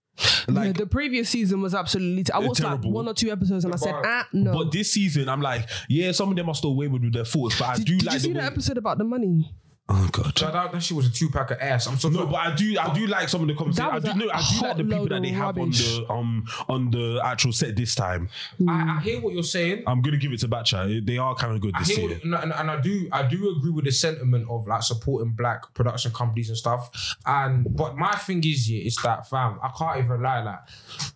S4: Like,
S3: the previous season was absolutely. T- I watched
S4: terrible.
S3: like one or two episodes and I said,
S2: But-
S3: ah, no.
S4: but this season, I'm like, yeah, some of them are still wayward with their thoughts, but I
S3: did
S4: do
S3: did
S4: like
S3: you see
S4: the
S3: that
S4: way-
S3: episode about the money?
S4: Oh god.
S2: Shout out that she was a two pack of ass. I'm so
S4: No, but I do, I do like some of the conversations.
S3: That
S4: I
S3: was
S4: do
S3: a
S4: know, I do like
S3: hot
S4: the people
S3: load
S4: that they
S3: of
S4: have
S3: rubbish.
S4: on the um on the actual set this time.
S2: I, I hear what you're saying.
S4: I'm gonna give it to Batcha. They are kind of good
S2: I
S4: this
S2: hear
S4: year.
S2: what, and, and- and I do I do agree with the sentiment of like supporting black production companies and stuff. And but my thing is yeah, it's that fam, I can't even lie, like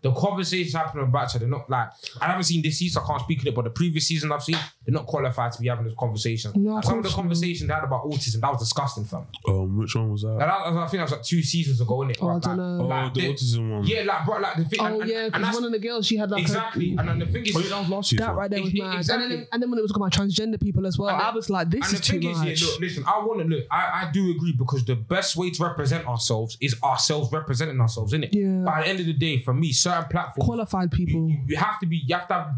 S2: the conversations happening on Bachelor, they're not like I haven't seen this season, I can't speak on it, but the previous season I've seen, they're not qualified to be having this conversation.
S3: No,
S2: And some of the
S3: of course not.
S2: conversations they had about autism, that was disgusting, fam.
S4: Um, which one was that?
S2: Like, that, I think that was like two seasons ago, innit?
S3: Oh, I
S2: bruv? Like-
S3: don't know.
S4: Oh,
S2: like,
S4: the
S2: they-
S4: autism one.
S2: Yeah, like bro, like the thing
S3: Oh
S2: and,
S3: yeah,
S2: and, and
S3: because
S2: that's
S3: one of the girls she had like her-
S2: exactly and, and the thing is
S4: Oh, yeah, that was last year.
S3: that right there was
S2: Ex-
S3: mad. And,
S2: exactly.
S3: then, and then when it was talking about transgender people as well,
S2: And the-
S3: I was like, this
S2: And
S3: is
S2: the
S3: too
S2: thing is,
S3: much.
S2: yeah, look, listen, I want to look. I, I do agree because the best way to represent ourselves is ourselves representing ourselves, isn't it?
S3: Yeah.
S2: But at the end of the day, for me, certain platforms,
S3: Qualified people.
S2: you, you have to be, you have to have,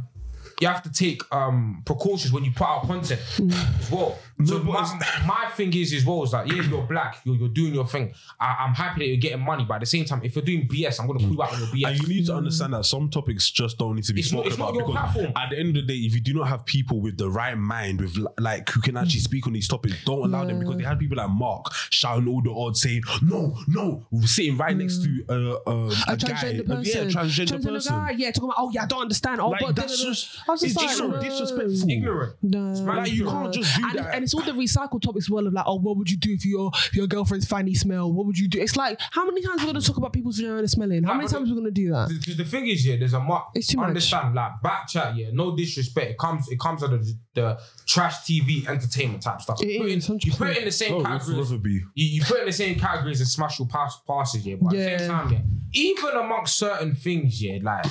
S2: you have to take um precautions when you put out content
S3: Mm.
S2: as well. so
S4: but
S2: my,
S4: it's-
S2: my thing is as well is like, yeah, you're black, you're, you're doing your thing. I, I'm happy that you're getting money, but at the same time, if you're doing BS, I'm gonna pull you out on your BS.
S4: And you need to understand that some topics just don't need to be
S2: It's not-
S4: spoken
S2: it's not
S4: about
S2: your
S4: because
S2: platform.
S4: at the end of the day, if you do not have people with the right mind, with li- like who can
S3: Hmm.
S4: actually speak on these topics, don't allow them because they had people like Mark shouting all the odds, saying no, no, sitting right next to uh, um, a,
S3: Hmm. a
S4: guy,
S3: transgender
S4: a- yeah,
S3: person.
S4: transgender, person.
S3: guy, yeah, talking about, oh, yeah, I don't understand. Oh,
S4: Like,
S3: but
S4: that's
S3: da-da-da-da."
S4: just-
S3: I was
S4: it's
S3: just like,
S4: just so
S3: no.
S4: disrespectful.
S2: ignorant.
S3: No.
S2: Like,
S4: you can't just do
S3: and,
S4: that.
S3: and it's all the recycled topics, well, of like, oh, what would you do if your if your girlfriend's fanny smell? What would you do? It's like, how many times we're gonna talk about people's vagina smelling? How
S2: Like,
S3: many
S2: but-
S3: times we're gonna do that?
S2: Because the thing is, yeah, there's a mark.
S3: It's too much.
S2: understand, like back chat, yeah, no disrespect. It comes, it comes out of the, the trash TV entertainment type stuff.
S3: It
S2: you, put
S3: is,
S2: in, you put it in the
S3: 100%.
S2: same
S4: Oh,
S2: category. as-
S4: Rotherby.
S2: You, you put it in the same category as the smash your pass passes, yeah. But at the
S3: Yeah.
S2: same time, yeah, even amongst certain things, yeah, like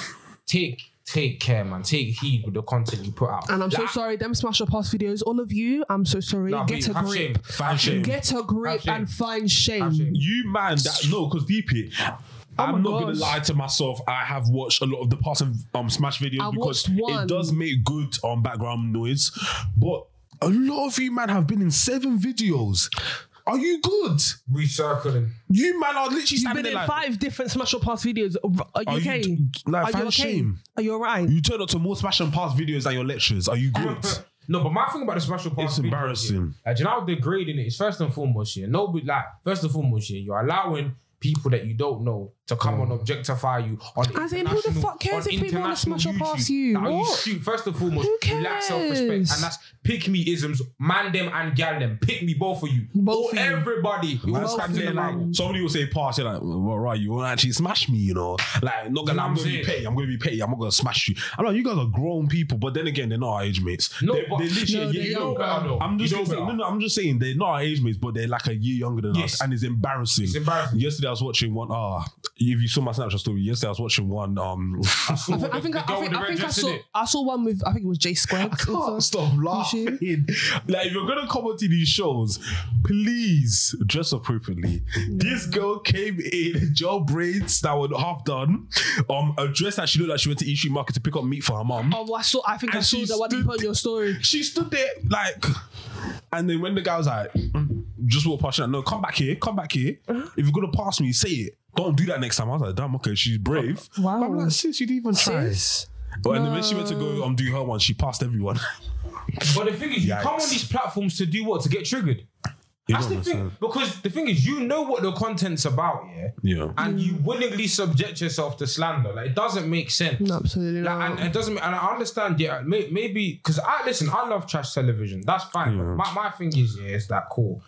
S2: take take care, man. Take heed with the content you put out.
S3: And I'm so
S2: Like,
S3: sorry, them smash up past videos, all of you, I'm so sorry.
S2: nah,
S3: Get
S2: please,
S3: a
S2: have shame.
S3: grip.
S2: Have shame.
S3: Get a grip
S2: shame.
S3: and find
S2: Have shame.
S3: shame.
S4: You man, that no, because DP. I'm
S3: Oh my
S4: not gonna
S3: gosh.
S4: lie to myself. I have watched a lot of the past um, Smash videos
S3: I
S4: because
S3: watched one.
S4: it does make good um, background noise. But a lot of you man have been in seven videos. Are you good?
S2: Recircling.
S4: You man are literally
S3: You've been
S4: standing there
S3: in
S4: like,
S3: five different smash up past videos. Are you
S4: Are you
S3: okay?
S4: d- like,
S3: Are
S4: find
S3: you okay?
S4: shame.
S3: Are you alright?
S4: you turn up to more Smash and Pass videos than your lectures. Are you good?
S2: No, but my thing about the special pass
S4: It's
S2: video,
S4: embarrassing.
S2: yeah, Like, you know how degrading it is. First and foremost, yeah. Nobody like first and foremost, yeah. You're allowing people that you don't know to come
S4: Mm.
S2: and objectify you on.
S3: As in, who the
S2: international-
S3: fuck cares
S2: on
S3: if people wanna smash or
S2: international
S3: pass
S2: YouTube.
S3: you?
S2: Like, are
S3: What?
S2: stupid? First and foremost,
S3: Who
S2: you lack
S3: cares?
S2: self-respect, and that's pick me isms, man them and gal them. Pick me both of you.
S3: Both
S2: Or
S3: of you.
S2: everybody. who
S4: Man
S2: wants
S4: stand
S2: to
S4: there
S2: in the
S4: like
S2: round.
S4: somebody will say pass. You're like, well, right, you won't actually smash me, you know. Like, not gonna,
S2: what
S4: I'm
S2: I'm
S4: gonna be
S2: saying.
S4: petty. I'm gonna be petty. I'm not gonna smash you. I'm like, you guys are grown people, but then again, they're not our age mates.
S2: No,
S4: they,
S2: but-
S4: they literally
S3: No,
S4: a
S3: they
S4: year
S3: don't.
S4: younger.
S2: I know.
S4: I'm just
S2: You don't
S4: saying,
S2: know.
S4: no, no, I'm just saying they're not our age mates, but they're like a year younger than us,
S2: Yes.
S4: and it's embarrassing.
S2: It's embarrassing.
S4: Yesterday, I was watching one. Ah, if you saw my Snapchat story, yesterday I was watching one. Um,
S3: I think I think,
S2: The
S3: I,
S2: girl with
S3: think,
S2: the
S3: I,
S2: red
S3: think I
S2: dress,
S3: saw
S2: innit?
S3: I saw one with I think it was Jay Squared.
S4: I can't stop laughing. Like, if you're gonna come onto these shows, please dress appropriately. This girl came in gel braids that were half done, um, a dress that she looked like she went to Ishii Market to pick up meat for her mom.
S3: Oh, I saw. I think I
S4: And
S3: saw
S4: she
S3: that one you
S4: stood-
S3: put on your story.
S4: She stood there like, and then when the guy was like, "Mm," just walk past, her, no, come back here, come back here. If you're gonna pass me, say it. Don't do that next time. I was like, damn, okay, she's brave.
S3: Oh, Wow.
S4: But I'm like, sis, you didn't even try.
S3: Sis.
S4: But and then when she went to go um, do her one, she passed everyone.
S2: But the thing is, you come
S4: Yikes.
S2: on these platforms to do what? To get triggered.
S4: You
S2: That's
S4: don't
S2: the thing.
S4: understand.
S2: Because the thing is, you know what the content's about, yeah?
S4: Yeah.
S2: and you
S3: Mm.
S2: willingly subject yourself to slander. Like it doesn't make sense.
S3: No, absolutely
S2: Like, and
S3: not.
S2: it doesn't. And I understand. Yeah, may, maybe because I listen. I love trash television. That's fine. But my my thing is, yeah, is that cool?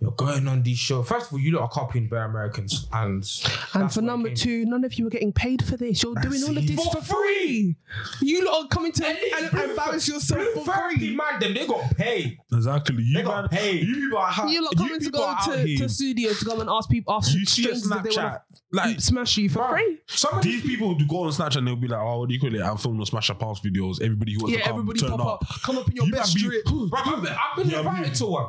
S2: You're going on these shows. First of all, you lot are copying bare Americans, and
S3: And
S2: that's
S3: for
S2: what it
S3: number
S2: came
S3: two, none of you are getting paid for this. You're doing all of
S4: it.
S3: this
S2: For
S3: for free. You lot are coming to and,
S2: least Blue-
S3: embarrass yourself
S2: from.
S3: for
S2: Fergie,
S3: free.
S2: man, them they got paid.
S4: Exactly. You
S2: They got
S4: man,
S2: paid.
S4: You people are ha-
S3: You lot coming to
S4: people
S3: go
S4: are out
S3: to,
S4: here.
S3: to studio to go and ask people, ask
S4: You see a
S3: strangers if they
S4: Snapchat.
S3: wanna
S4: Like
S3: smash you for
S2: Bruh,
S3: free.
S2: Some of
S4: these
S2: these
S4: people do go on Snapchat and they'll be like, "Oh, what do you call it? I'm filming a smash up house videos. Everybody who wants
S3: Yeah,
S4: to come,
S3: everybody
S4: turn
S3: pop
S4: up.
S3: up. Come up in your
S4: You
S3: best
S4: might be-
S3: drip.
S2: Bro, I've been, I've been
S4: Yeah,
S2: invited
S4: me.
S2: to one.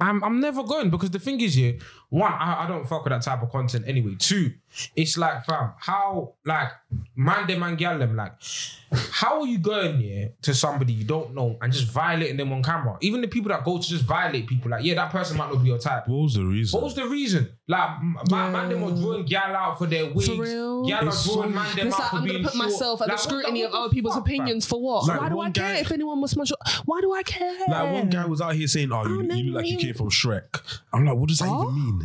S2: I'm I'm never going because the thing is, yeah, one, I, I don't fuck with that type of content anyway. Two, it's like, fam, how like man them and gal them, like, how are you going yeah to somebody you don't know and just violating them on camera? Even the people that go to just violate people, like, yeah, that person might not be your type.
S4: What was the reason?
S2: What was the reason? Like, m- man, man them were drawing gal out for their wigs.
S3: real?
S2: Gal are
S4: It's
S2: drawing
S4: so-
S2: man them
S3: It's
S2: out
S3: like,
S2: for
S3: I'm
S2: being
S3: gonna put
S2: short.
S3: myself
S2: Like,
S3: at the
S2: what
S3: scrutiny
S2: what
S3: of other
S2: the
S3: people's
S2: fuck, fam?
S3: opinions for what?
S4: Like,
S3: Why do I
S4: one
S3: care
S4: guy-
S3: if anyone was smash? Why do I care?
S4: Like one guy was out here saying, "Oh, you,
S3: no,
S4: you look like you
S3: no.
S4: came from Shrek." I'm like, what does that even mean?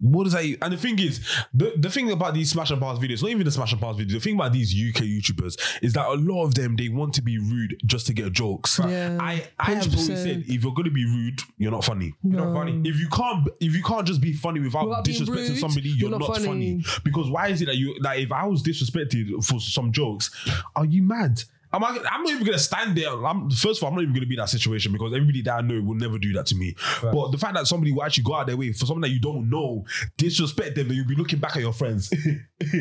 S4: What does that? e- And the thing is, the, the thing about these Smash and Pass videos, not even the Smash and Pass videos, the thing about these UK YouTubers is that a lot of them they want to be rude just to get jokes.
S3: Yeah.
S4: I I have always
S3: 100%.
S4: said if you're gonna be rude, you're not funny.
S2: You're not funny.
S4: If you can't, if you can't just be funny without,
S3: Without being
S4: disrespecting
S3: rude,
S4: somebody, you're, not, funny. Because why is it that you like? If I was disrespected for some jokes, are you mad? Am I, I'm not even gonna stand there. I'm, first of all, I'm not even gonna be in that situation because everybody that I know will never do that to me. But the fact that somebody will actually go out their way for someone that you don't know, disrespect them, then you'll be looking back at your friends.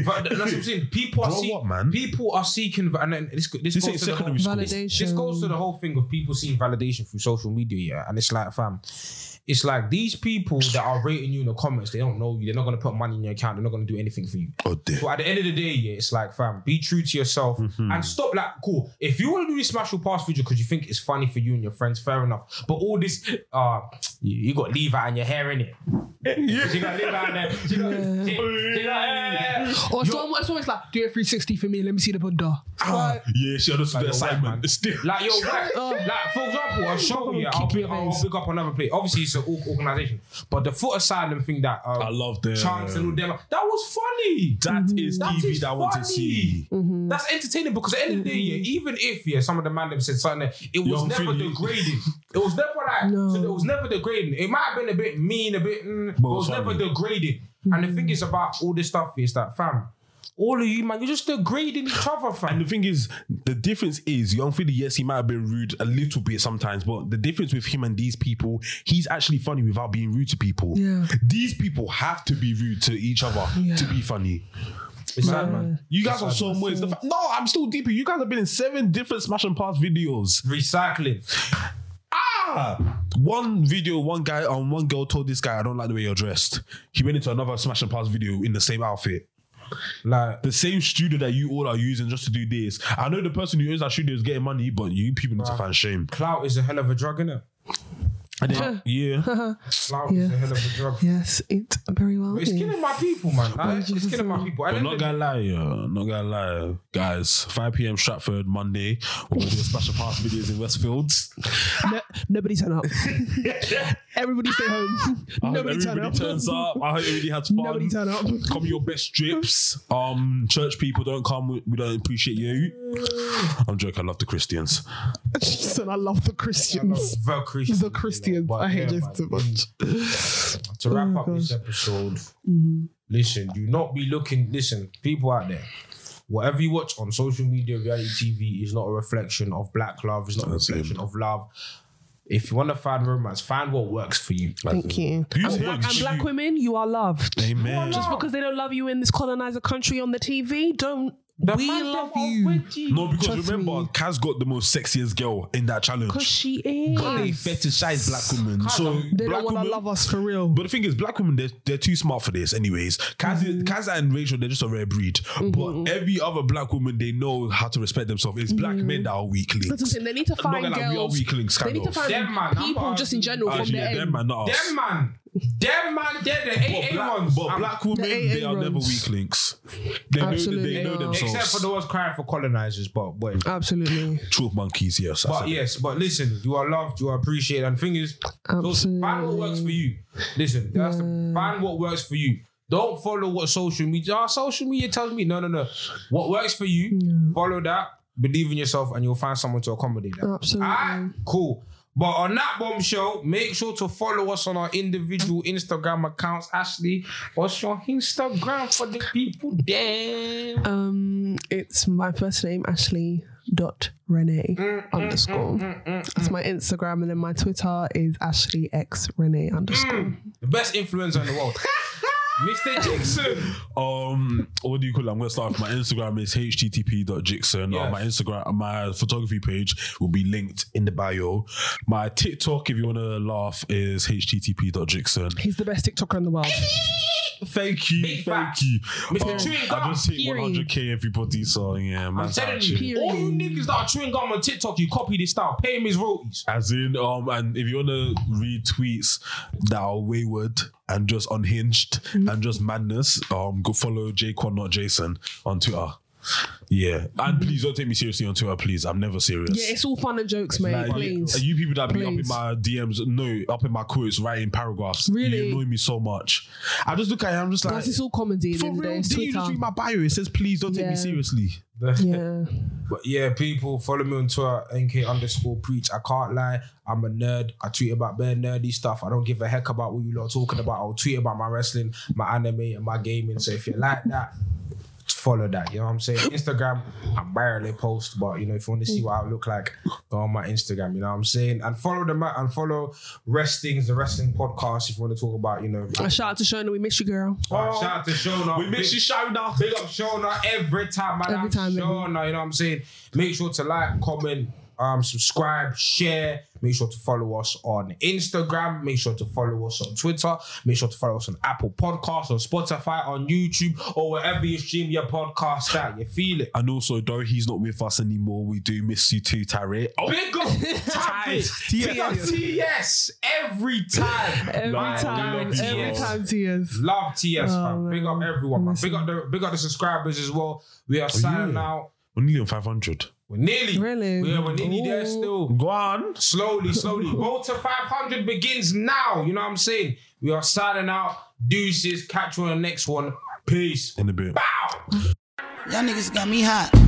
S2: But that's what I'm saying. People are
S4: Grow
S2: seeking.
S4: up, man.
S2: People are seeking, and then this this,
S4: This
S2: goes
S4: ain't
S2: to the whole,
S4: secondary school.
S3: Validation.
S2: This goes to the whole thing of people seeing validation through social media, yeah. And it's like, fam, it's like these people that are rating you in the comments, they don't know you. They're not gonna put money in your account. They're not gonna do anything for you.
S4: Oh dear. Mm-hmm.
S2: But at the end of the day, yeah, it's like, fam, be true to yourself and stop. Like, cool. If you want to do this smash or pass video because you think it's funny for you and your friends, fair enough. But all this, uh, you, you got leave out in your hair in it. You got leave out in there. You got,
S4: Oh,
S2: you got- yeah.
S3: Or someone, someone's like, do a 360 for me. Let me see the Buddha.
S4: Ah,
S3: Like,
S4: yeah, she understood the
S2: Like, you're whack, man.
S4: assignment. Still.
S2: Like yo, like,
S3: up.
S2: like for example, a show yeah, I'll,
S3: Keep your
S2: I'll,
S3: hands.
S2: pick up another play. Obviously, it's an org- organization, but the Foot Asylum thing that um,
S4: I love the-
S2: Chance and all them. That was funny.
S4: That is
S2: That
S4: TV
S2: is
S4: that I want to
S2: funny.
S4: see.
S2: That's entertaining because at the end of the day, yeah, even if yeah, some of the man them said something, that- it was
S4: I'm
S2: never
S4: feeling you.
S2: degrading. It was never like
S3: No.
S2: so it was never degrading. It might have been a bit mean, a bit, mm, but it was
S4: funny.
S2: never degrading. And the thing is about all this stuff is that fam, all of you man, you're just degrading each other, fam.
S4: And the thing is, the difference is Young Philly, yes, he might have been rude a little bit sometimes, but the difference with him and these people, he's actually funny without being rude to people.
S3: Yeah.
S4: These people have to be rude to each other
S3: Yeah.
S4: to be funny.
S2: it's sad, man.
S4: You guys are so much. no, I'm still deeper. You guys have been in seven different Smash and Pass videos.
S2: Recycling.
S4: Ah! One video, one guy um, one girl told this guy, I don't like the way you're dressed. He went into another Smash and Pass video in the same outfit.
S2: Like
S4: the same studio that you all are using just to do this. I know the person who owns that studio is getting money, but you people need to find shame.
S2: clout is a hell of a drug, innit?
S4: And then, yeah,
S2: Clout is a
S3: Yeah.
S2: hell of a drug.
S3: Yes, it very well.
S2: It's killing my people, man. Like, it's
S3: Jesus,
S2: killing my
S3: man.
S2: people. And
S4: I'm not
S2: then,
S4: gonna lie, yeah, not gonna lie, guys. 5 p.m. Stratford Monday. We're gonna do a special pass videos in Westfields.
S3: No- nobody turn up. Everybody stay home.
S4: I hope
S3: Nobody turn
S4: Ah, everybody
S3: up.
S4: turns up. I hope everybody has fun.
S3: Nobody turn up.
S4: Come your best drips. Um, church people don't come. We- We don't appreciate you. I'm joking. I love the Christians.
S3: She said, I love the Christians.
S2: the Christians.
S3: The Christians. I hate Oh
S2: yeah,
S3: them
S2: man.
S3: too much.
S2: To wrap up this episode,
S3: Mm-hmm.
S2: listen, do not be looking. Listen, people out there, whatever you watch on social media, reality TV is not a reflection of black love. It's not a
S4: That's it.
S2: reflection of love. If you want to find romance, find what works for you.
S3: Thank you.
S4: You
S3: And,
S4: say-
S3: black, and
S4: you-
S3: black women, you are loved.
S4: Amen.
S3: Just because they don't love you in this colonizer country on the TV, don't. we
S2: man them
S3: love
S2: are
S3: you.
S2: wedgie.
S4: No, because
S3: Trust
S4: remember,
S3: me.
S4: Kaz got the most sexiest girl in that challenge.
S3: Because she
S4: But they
S3: is.
S4: fetishize black women. So
S3: They
S4: black
S3: don't want to
S4: women-
S3: love us for real.
S4: But the thing is, black women, they're, they're too smart for this, anyways. Kaz,
S3: Mm-hmm.
S4: Kaz and Rachel, they're just a rare breed. But every other black woman, they know how to respect themselves. It's black men that are weak
S3: That's what I'm
S4: links.
S3: saying. They need Mm-hmm. to
S4: not
S3: find
S4: gonna lie, we are
S3: girls.
S4: weak links,
S3: They
S4: kind
S3: need to
S4: of.
S3: find
S2: Them, man,
S3: people
S2: I'm-
S3: just in general
S4: Actually,
S3: from their
S4: yeah, them
S3: end.
S4: man, not us.
S2: Them man, them man, they're the
S4: But
S2: AA
S4: black,
S2: ones.
S4: but
S2: I'm-
S4: black women,
S3: AA
S4: they are never
S3: ones.
S4: weak links. They know, they
S3: Absolutely
S4: know
S3: not.
S4: themselves.
S2: Except for the ones crying for colonizers, but wait.
S3: Absolutely.
S4: truth monkeys, yes. I
S2: But
S4: said it.
S2: yes, but listen, you are loved, you are appreciated. And thing is,
S3: Absolutely. Mm.
S2: find what works for you. Listen, that's the, find what works for you. Don't follow what social media. Ah, social media tells me no, no, no. What works for you, follow that. Believe in yourself, and you'll find someone to accommodate that.
S3: Absolutely.
S4: Ah.
S2: Alright, cool. But on that bombshell, make sure to follow us on our individual Instagram accounts. Ashley, what's your Instagram for the people? Damn.
S3: Um, it's my first name Ashley dot
S4: Mm,
S3: Renee underscore. That's my Instagram, and then my Twitter is Ashley X Renee underscore.
S4: Mm.
S2: The best influencer in the world. Mr. Jackson.
S4: Um, what do you call it? I'm gonna start with my Instagram is http.jixon.
S2: Yes.
S4: Uh, my Instagram, my photography page will be linked in the bio. My TikTok, if you wanna laugh, is http.jixon.
S3: He's the best TikToker in the world.
S4: Thank you,
S2: Big
S4: thank
S2: facts.
S4: you. Um,
S2: Mr. Chewing Gum,
S4: I just hit
S3: period.
S4: 100k everybody, so yeah, man.
S2: I'm telling you,
S3: Period.
S2: all you niggas that are chewing gum on TikTok, you copy this style. Pay him his royalties.
S4: As in, um, and if you wanna read tweets that are wayward and just unhinged
S3: Mm-hmm.
S4: and just madness, um, go follow Jquan not Jason on Twitter. Yeah, and please don't take me seriously on Twitter, please. I'm never serious.
S3: Yeah, it's all fun and jokes, mate.
S4: Like,
S3: please.
S4: You people that be up in
S3: Please.
S4: my DMs, no, up in my quotes, writing paragraphs.
S3: Really?
S4: You annoy me so much. I just look at it, I'm just like,
S3: Guys, it's all comedy. at the
S4: for
S3: end of the day.
S4: real,
S3: It's
S4: do you just
S3: Twitter.
S4: read my bio? It says, please don't take
S3: Yeah.
S4: me seriously.
S3: Yeah.
S2: But yeah, people follow me on Twitter, nk underscore preach. I can't lie, I'm a nerd. I tweet about bare nerdy stuff. I don't give a heck about what you lot are talking about. I'll tweet about my wrestling, my anime, and my gaming. So if you like that, follow that. You know what I'm saying? Instagram, I barely post, but you know, if you want to see what I look like, go on my Instagram. You know what I'm saying? And follow the ma- and follow Restings, the wrestling podcast. If you want to talk about, you know,
S3: A shout out to Shona. We miss you, girl.
S2: shout out to Shona.
S4: Oh. We miss
S2: Big-
S4: you, shout out.
S2: Big up Shona every time, man.
S3: Every
S2: Every time,
S3: time, baby.
S2: Shona. You know what I'm saying? Make sure to like, comment, um, subscribe, share. Make sure to follow us on Instagram. Make sure to follow us on Twitter. Make sure to follow us on Apple Podcasts, on Spotify, on YouTube, or wherever you stream your podcast at. You feel it?
S4: And also, though he's not with us anymore, we do miss you too, Tyree. Oh,
S2: Big up, tap it.
S4: T.S.
S2: Big up TS every time.
S3: Every
S2: My
S3: time.
S2: guy,
S3: Every
S2: TS.
S3: time, tears.
S2: Love TS,
S3: Oh,
S2: fam. Big up
S3: man.
S2: everyone, man.
S3: Miss
S2: Big up the big up the subscribers as well. We are signing out.
S4: we're nearly on 500.
S2: We're nearly.
S3: Really?
S2: Yeah, we're nearly there
S3: Ooh.
S2: still.
S4: Go on.
S2: Slowly, slowly. Road to 500 begins now. You know what I'm saying? We are signing out. Deuces. Catch you on the next one. Peace.
S4: In a bit.
S2: Bow.
S1: Y'all niggas got me hot.